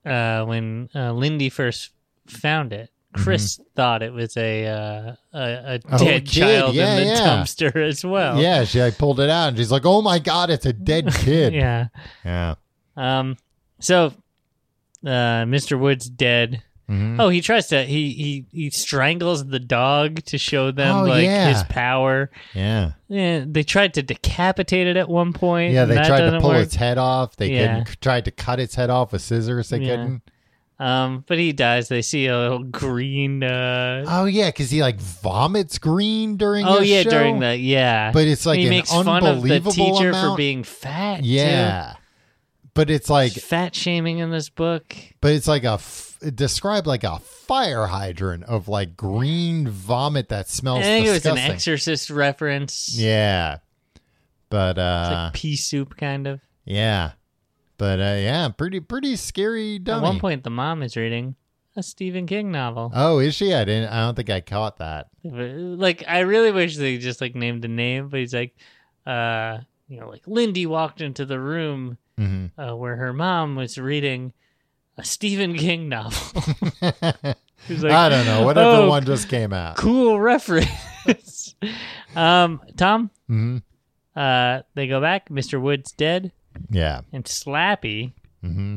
[SPEAKER 1] uh, when uh, Lindy first found it. Chris thought it was a uh, a, a
[SPEAKER 2] Mm-hmm. Oh, a
[SPEAKER 1] dead
[SPEAKER 2] kid.
[SPEAKER 1] child
[SPEAKER 2] Yeah,
[SPEAKER 1] in the
[SPEAKER 2] yeah.
[SPEAKER 1] dumpster as well.
[SPEAKER 2] yeah, she like pulled it out and she's like, oh my god, it's a dead kid.
[SPEAKER 1] yeah.
[SPEAKER 2] Yeah.
[SPEAKER 1] Um, so uh, Mr. Wood's dead.
[SPEAKER 2] Mhm.
[SPEAKER 1] Oh, he tries to he he he strangles the dog to show them
[SPEAKER 2] Oh,
[SPEAKER 1] like
[SPEAKER 2] yeah.
[SPEAKER 1] his power.
[SPEAKER 2] Yeah.
[SPEAKER 1] Yeah, they tried to decapitate it at one point.
[SPEAKER 2] Yeah, they
[SPEAKER 1] that
[SPEAKER 2] tried to
[SPEAKER 1] doesn't
[SPEAKER 2] pull
[SPEAKER 1] work.
[SPEAKER 2] its head off. They
[SPEAKER 1] Yeah.
[SPEAKER 2] couldn't, tried to cut its head off with scissors. They
[SPEAKER 1] Yeah.
[SPEAKER 2] couldn't.
[SPEAKER 1] Um, but he dies. They see a little green. Uh,
[SPEAKER 2] Oh yeah, because he like vomits green during.
[SPEAKER 1] oh
[SPEAKER 2] his
[SPEAKER 1] yeah,
[SPEAKER 2] show.
[SPEAKER 1] during the yeah.
[SPEAKER 2] But it's like
[SPEAKER 1] he
[SPEAKER 2] an
[SPEAKER 1] makes fun of the
[SPEAKER 2] unbelievable
[SPEAKER 1] teacher
[SPEAKER 2] amount.
[SPEAKER 1] for being fat. too.
[SPEAKER 2] yeah, but it's like,
[SPEAKER 1] fat shaming in this book.
[SPEAKER 2] but it's like a f- described like a fire hydrant of like green vomit that
[SPEAKER 1] I
[SPEAKER 2] smells.
[SPEAKER 1] think it was an
[SPEAKER 2] disgusting.
[SPEAKER 1] Exorcist reference.
[SPEAKER 2] Yeah, but
[SPEAKER 1] It's
[SPEAKER 2] uh,
[SPEAKER 1] like pea soup kind of.
[SPEAKER 2] yeah, but uh, yeah, pretty pretty scary.
[SPEAKER 1] At
[SPEAKER 2] Dummy.
[SPEAKER 1] one point, the mom is reading a Stephen King novel.
[SPEAKER 2] Oh, is she? I didn't. I don't think I caught that.
[SPEAKER 1] like I really wish they just like named a name, but he's like, uh, you know, like Lindy walked into the room
[SPEAKER 2] hmm
[SPEAKER 1] uh, where her mom was reading a Stephen King novel. He's like,
[SPEAKER 2] I don't know. Whatever
[SPEAKER 1] "Oh,
[SPEAKER 2] one just came out.
[SPEAKER 1] cool reference. um, Tom,
[SPEAKER 2] hmm
[SPEAKER 1] uh, they go back. Mr. Wood's dead,
[SPEAKER 2] Yeah.
[SPEAKER 1] and Slappy.
[SPEAKER 2] hmm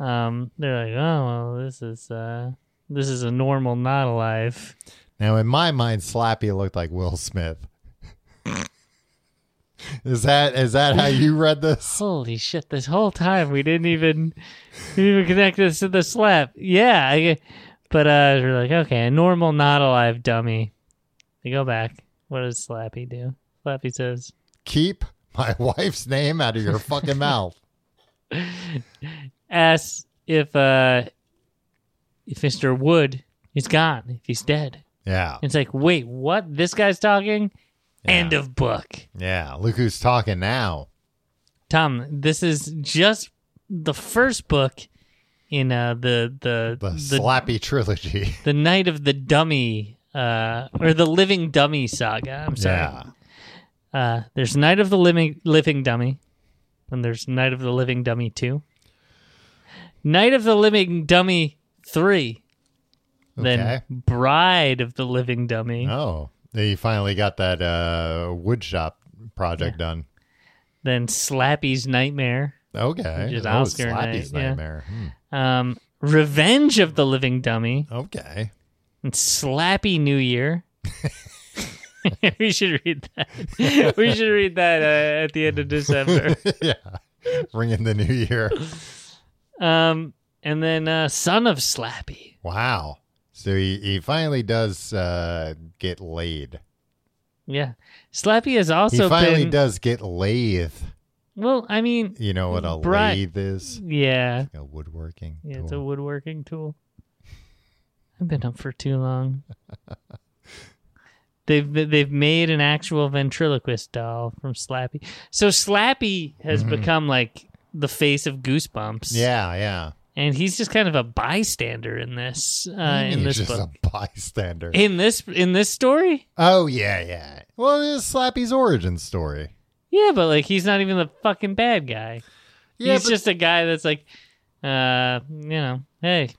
[SPEAKER 1] Um, they're like, oh, well, this is uh, this is a normal, not alive.
[SPEAKER 2] Now, in my mind, Slappy looked like Will Smith. is that is that how you read this?
[SPEAKER 1] Holy shit! This whole time we didn't even we didn't even connect this to the slap. Yeah, I, but uh, we're like, okay, a normal, not alive dummy. They go back. What does Slappy do? Slappy says,
[SPEAKER 2] Keep my wife's name out of your fucking mouth.
[SPEAKER 1] asks if uh if Mr. Wood is gone, if he's dead.
[SPEAKER 2] Yeah,
[SPEAKER 1] It's like, wait, what? This guy's talking? End of book.
[SPEAKER 2] yeah. Look who's talking now.
[SPEAKER 1] Tom, this is just the first book in uh the the
[SPEAKER 2] The, Slappy trilogy.
[SPEAKER 1] the Night of the Dummy uh or the Living Dummy saga. I'm sorry.
[SPEAKER 2] Yeah,
[SPEAKER 1] Uh there's Night of the Living Living Dummy. And there's Night of the Living Dummy 2. Night of the Living Dummy 3. then
[SPEAKER 2] Okay.
[SPEAKER 1] Bride of the Living Dummy,
[SPEAKER 2] Oh, they finally got that uh, woodshop project done.
[SPEAKER 1] then Slappy's Nightmare,
[SPEAKER 2] Okay,
[SPEAKER 1] Which is
[SPEAKER 2] that was
[SPEAKER 1] Oscar
[SPEAKER 2] Slappy's
[SPEAKER 1] night, yeah.
[SPEAKER 2] nightmare. Hmm.
[SPEAKER 1] um, Revenge of the Living Dummy,
[SPEAKER 2] Okay,
[SPEAKER 1] and Slappy New Year. we should read that. We should read that uh, at the end of December.
[SPEAKER 2] yeah. Ringing the new year.
[SPEAKER 1] Um, and then uh, Son of Slappy.
[SPEAKER 2] Wow. So he, he finally does uh, get laid.
[SPEAKER 1] Yeah, Slappy has also
[SPEAKER 2] he finally
[SPEAKER 1] been.
[SPEAKER 2] does get lathe.
[SPEAKER 1] Well, I mean,
[SPEAKER 2] You know what a
[SPEAKER 1] Right.
[SPEAKER 2] lathe is?
[SPEAKER 1] yeah,
[SPEAKER 2] A woodworking.
[SPEAKER 1] yeah, it's a
[SPEAKER 2] tool.
[SPEAKER 1] woodworking tool. I've been up for too long. They've they've made an actual ventriloquist doll from Slappy. So Slappy has become like the face of Goosebumps.
[SPEAKER 2] Mm-hmm. yeah, yeah.
[SPEAKER 1] and he's just kind of a bystander in this uh, in
[SPEAKER 2] He's
[SPEAKER 1] this
[SPEAKER 2] just
[SPEAKER 1] book.
[SPEAKER 2] a bystander.
[SPEAKER 1] In this in this story,
[SPEAKER 2] oh yeah, yeah. Well, this is Slappy's origin story.
[SPEAKER 1] yeah, but like he's not even the fucking bad guy.
[SPEAKER 2] Yeah,
[SPEAKER 1] he's
[SPEAKER 2] but,
[SPEAKER 1] just a guy that's like, uh, you know, hey,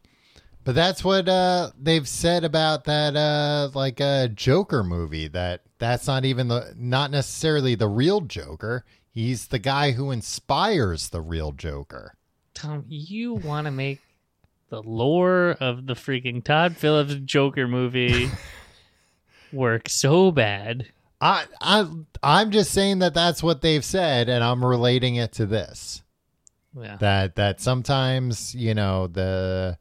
[SPEAKER 2] but that's what uh, they've said about that, uh, like uh, Joker movie. That that's not even the not necessarily the real Joker. He's the guy who inspires the real Joker.
[SPEAKER 1] Tom, you want to make the lore of the freaking Todd Phillips Joker movie work so bad?
[SPEAKER 2] I I I'm just saying that that's what they've said, and I'm relating it to this.
[SPEAKER 1] Yeah,
[SPEAKER 2] that that sometimes you know the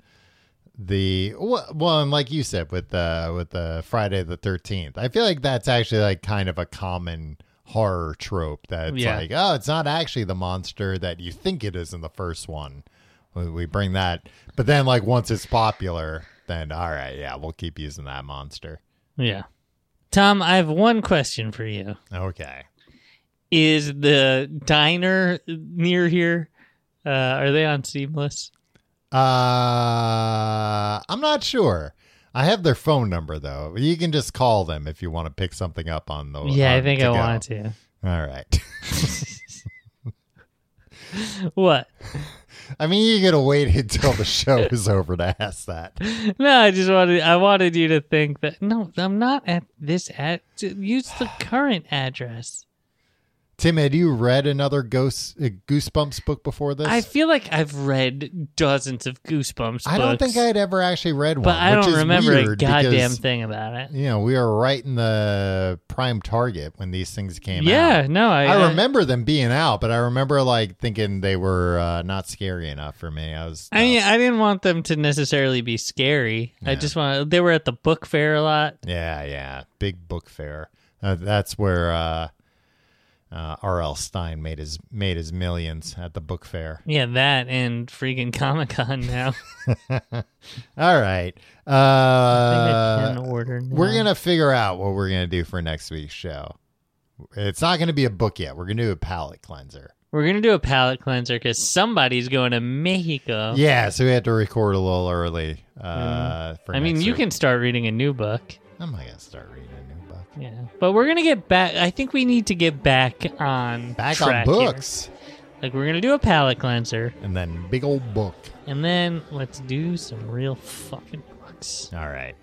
[SPEAKER 2] the well well, and like you said with uh with the friday the 13th i feel like that's actually like kind of a common horror trope that's
[SPEAKER 1] Yeah.
[SPEAKER 2] like oh it's not actually the monster that you think it is in the first one we, we bring that but then like once it's popular then all right yeah we'll keep using that monster
[SPEAKER 1] yeah. Tom, I have one question for you.
[SPEAKER 2] okay
[SPEAKER 1] Is the diner near here? Uh, are they on Seamless?
[SPEAKER 2] Uh, I'm not sure. I have their phone number though. You can just call them if you want to pick something up on the.
[SPEAKER 1] Yeah, I
[SPEAKER 2] on
[SPEAKER 1] think I
[SPEAKER 2] to go.
[SPEAKER 1] want to.
[SPEAKER 2] All right.
[SPEAKER 1] What?
[SPEAKER 2] I mean, you could have waited until the show is over to ask that.
[SPEAKER 1] No, I just wanted I wanted you to think that no, I'm not at this at use the current address.
[SPEAKER 2] Tim, had you read another Ghost uh, Goosebumps book before this?
[SPEAKER 1] I feel like I've read dozens of Goosebumps
[SPEAKER 2] I don't
[SPEAKER 1] books,
[SPEAKER 2] think I had ever actually read one.
[SPEAKER 1] but I
[SPEAKER 2] which
[SPEAKER 1] don't
[SPEAKER 2] is
[SPEAKER 1] remember a
[SPEAKER 2] weird because,
[SPEAKER 1] goddamn thing about it.
[SPEAKER 2] You know, we were right in the prime target when these things came out.
[SPEAKER 1] Yeah, no, I,
[SPEAKER 2] I remember them being out, but I remember like thinking they were uh, not scary enough for me. I was,
[SPEAKER 1] I mean, I didn't want them to necessarily be scary. I
[SPEAKER 2] Yeah.
[SPEAKER 1] just want they were at the book fair a lot.
[SPEAKER 2] yeah, yeah, big book fair. Uh, that's where uh, uh, R.L. Stein made his made his millions at the book fair.
[SPEAKER 1] Yeah, that and freaking Comic Con now.
[SPEAKER 2] All right,
[SPEAKER 1] I
[SPEAKER 2] uh,
[SPEAKER 1] think I can order.
[SPEAKER 2] we're
[SPEAKER 1] now.
[SPEAKER 2] gonna figure out what we're gonna do for next week's show. It's not gonna be a book yet. We're gonna do a palate cleanser.
[SPEAKER 1] We're gonna do a palate cleanser because somebody's going to Mexico.
[SPEAKER 2] Yeah, so we had to record a little early. Uh,
[SPEAKER 1] Mm-hmm.
[SPEAKER 2] for
[SPEAKER 1] I mean,
[SPEAKER 2] next
[SPEAKER 1] you
[SPEAKER 2] week.
[SPEAKER 1] can start reading a new book.
[SPEAKER 2] I'm not gonna start reading a new book.
[SPEAKER 1] Yeah, but we're gonna get back. I think we need to get back on
[SPEAKER 2] Back
[SPEAKER 1] track
[SPEAKER 2] on
[SPEAKER 1] here.
[SPEAKER 2] books,
[SPEAKER 1] Like we're gonna do a palate cleanser,
[SPEAKER 2] and then big old book.
[SPEAKER 1] and then let's do some real fucking books.
[SPEAKER 2] All right.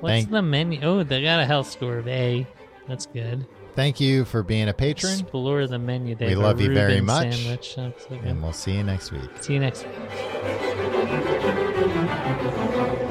[SPEAKER 1] What's
[SPEAKER 2] Thank-
[SPEAKER 1] the menu? Oh, they got a health score of A. That's good.
[SPEAKER 2] Thank you for being a patron,
[SPEAKER 1] Explore the menu. They
[SPEAKER 2] We
[SPEAKER 1] have a
[SPEAKER 2] love you very
[SPEAKER 1] Reuben
[SPEAKER 2] much.
[SPEAKER 1] Sandwich. That's so good.
[SPEAKER 2] and we'll see you next week.
[SPEAKER 1] See you next week.